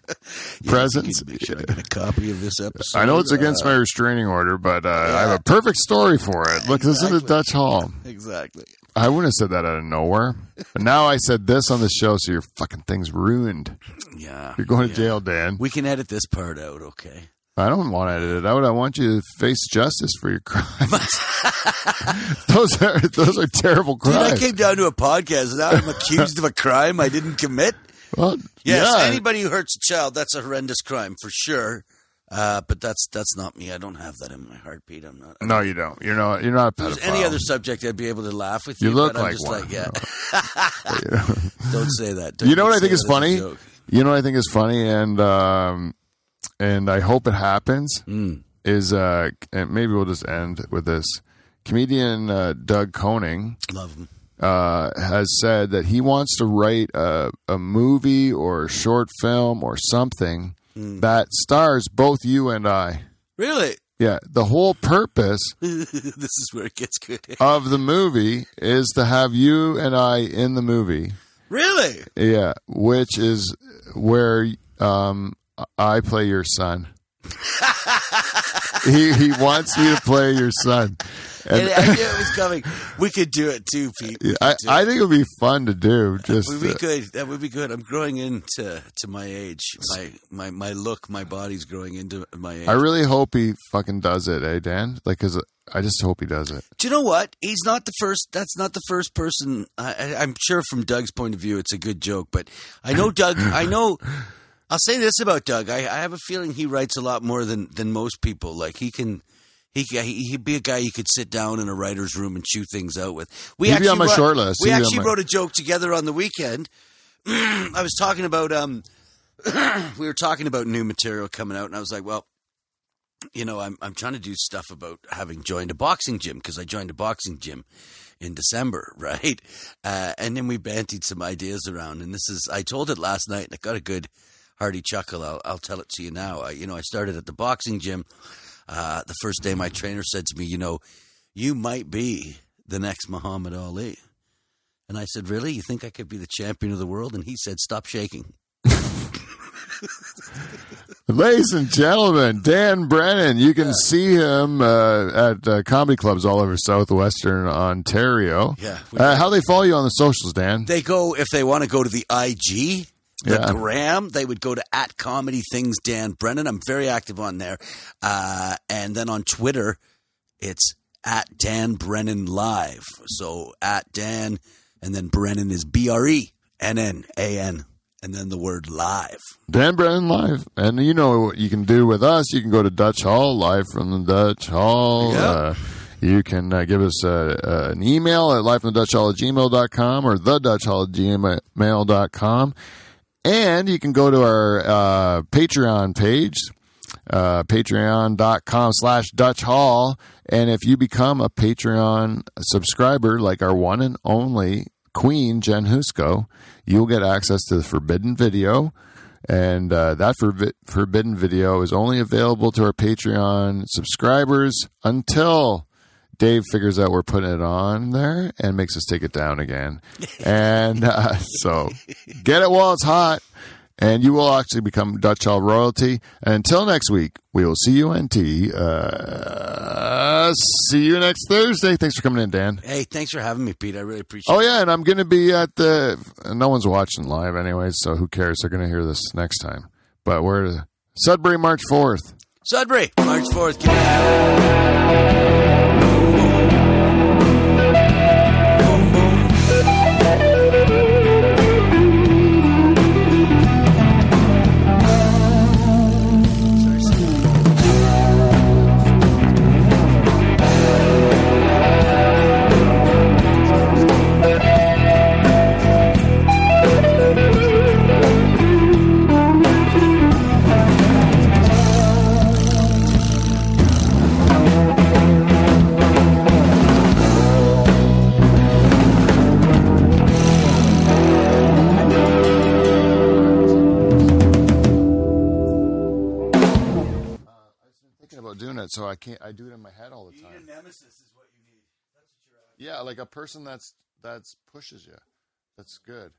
[SPEAKER 1] presence?
[SPEAKER 2] Should I get a copy of this episode?
[SPEAKER 1] I know it's against my restraining order, but uh, I have a perfect story for it. Look, this is the Dutch Hall.
[SPEAKER 2] Exactly.
[SPEAKER 1] I wouldn't have said that out of nowhere. But now I said this on the show, so your fucking thing's ruined.
[SPEAKER 2] Yeah,
[SPEAKER 1] You're going to jail, Dan.
[SPEAKER 2] we can edit this part out. Okay.
[SPEAKER 1] I don't want to edit it out. I want you to face justice for your crimes. those are those are terrible
[SPEAKER 2] Dude, I
[SPEAKER 1] crimes.
[SPEAKER 2] came down to a podcast and now I'm accused of a crime I didn't commit.
[SPEAKER 1] well,
[SPEAKER 2] Yes,
[SPEAKER 1] yeah.
[SPEAKER 2] anybody who hurts a child, that's a horrendous crime for sure. Uh, but that's that's not me. I don't have that in my heartbeat. I'm not.
[SPEAKER 1] no, you don't. You're not. You're not a
[SPEAKER 2] If
[SPEAKER 1] pedophile.
[SPEAKER 2] there's any other subject, I'd be able to laugh with you.
[SPEAKER 1] You look
[SPEAKER 2] but I'm
[SPEAKER 1] like
[SPEAKER 2] just
[SPEAKER 1] one.
[SPEAKER 2] Like, yeah. don't say that.
[SPEAKER 1] You know what I
[SPEAKER 2] say
[SPEAKER 1] think is
[SPEAKER 2] that as a
[SPEAKER 1] funny?
[SPEAKER 2] joke.
[SPEAKER 1] You know what I think is funny, and um, and I hope it happens.
[SPEAKER 2] Mm.
[SPEAKER 1] Is uh, and maybe we'll just end with this. Comedian uh, Doug Koning
[SPEAKER 2] Love him.
[SPEAKER 1] uh, has said that he wants to write a, a movie or a short film or something
[SPEAKER 2] Hmm.
[SPEAKER 1] that stars both you and I.
[SPEAKER 2] Really?
[SPEAKER 1] Yeah, the whole purpose
[SPEAKER 2] this is where it gets good.
[SPEAKER 1] of the movie is to have you and I in the movie.
[SPEAKER 2] Really?
[SPEAKER 1] Yeah, which is where um, I play your son. he he wants you to play your son.
[SPEAKER 2] And
[SPEAKER 1] And
[SPEAKER 2] I knew it was coming. We could do it too, Pete. We
[SPEAKER 1] I,
[SPEAKER 2] could do it.
[SPEAKER 1] I think it would be fun to do. Just uh,
[SPEAKER 2] would be good. That would be good. I'm growing into to my age. My my my look, my body's growing into my age.
[SPEAKER 1] I really hope he fucking does it, eh, Dan? Like, cause I just hope he does it.
[SPEAKER 2] Do you know what? He's not the first. That's not the first person. I, I, I'm sure from Doug's point of view, it's a good joke. But I know Doug. I know. I'll say this about Doug. I, I have a feeling he writes a lot more than than most people. Like he can. He, ca- he- he'd be a guy you could sit down in a writer's room and chew things out with. We
[SPEAKER 1] He'd be
[SPEAKER 2] actually
[SPEAKER 1] on my
[SPEAKER 2] wrote-
[SPEAKER 1] short list.
[SPEAKER 2] We
[SPEAKER 1] He'd be on
[SPEAKER 2] actually
[SPEAKER 1] my-
[SPEAKER 2] wrote a joke together on the weekend. I was talking about um, we were talking about new material coming out, and I was like, well, you know, I'm I'm trying to do stuff about having joined a boxing gym because I joined a boxing gym in December, right? Uh, and then we bantied some ideas around, and this is I told it last night, and I got a good hearty chuckle. I'll I'll tell it to you now. I, you know, I started at the boxing gym. Uh, the first day, my trainer said to me, you know, you might be the next Muhammad Ali. And I said, Really? You think I could be the champion of the world? And he said, Stop shaking.
[SPEAKER 1] Ladies and gentlemen, Dan Brennan. You can see him uh, at uh, comedy clubs all over southwestern Ontario.
[SPEAKER 2] Yeah.
[SPEAKER 1] Uh, how they follow you on the socials, Dan?
[SPEAKER 2] They go, if they want to go to the IG, the
[SPEAKER 1] Yeah.
[SPEAKER 2] Gram, they would go to at comedy things Dan Brennan. I'm very active on there. Uh, and then on Twitter, it's at Dan Brennan Live. So at Dan, and then Brennan is B R E N N A N, and then the word live.
[SPEAKER 1] Dan Brennan live, and you know what you can do with us. You can go to Dutch Hall live from the Dutch Hall.
[SPEAKER 2] Yeah.
[SPEAKER 1] Uh, you can uh, give us uh, uh, an email at live from the Dutch Hall at gmail.com or the Dutch Hall at gmail.com. And you can go to our uh, Patreon page, uh, patreon.com slash Dutch Hall. And if you become a Patreon subscriber, like our one and only queen, Jen Husko, you'll get access to the forbidden video. And uh, that forbi- forbidden video is only available to our Patreon subscribers until Dave figures out we're putting it on there and makes us take it down again. And uh, so get it while it's hot, and you will actually become Dutch Hall royalty. And until next week, we will see you, NT. Uh, see you next Thursday. Thanks for coming in, Dan.
[SPEAKER 2] Hey, thanks for having me, Pete. I really appreciate
[SPEAKER 1] Oh, yeah, and I'm going to be at the. No one's watching live anyway, so who cares? They're going to hear this next time. But we're Sudbury, March 4th.
[SPEAKER 2] it. Sudbury, March 4th. Give me that.
[SPEAKER 1] Thinking about doing it, so I can't. I do it in my head all the time. Yeah, like a person that's that's pushes you. That's good.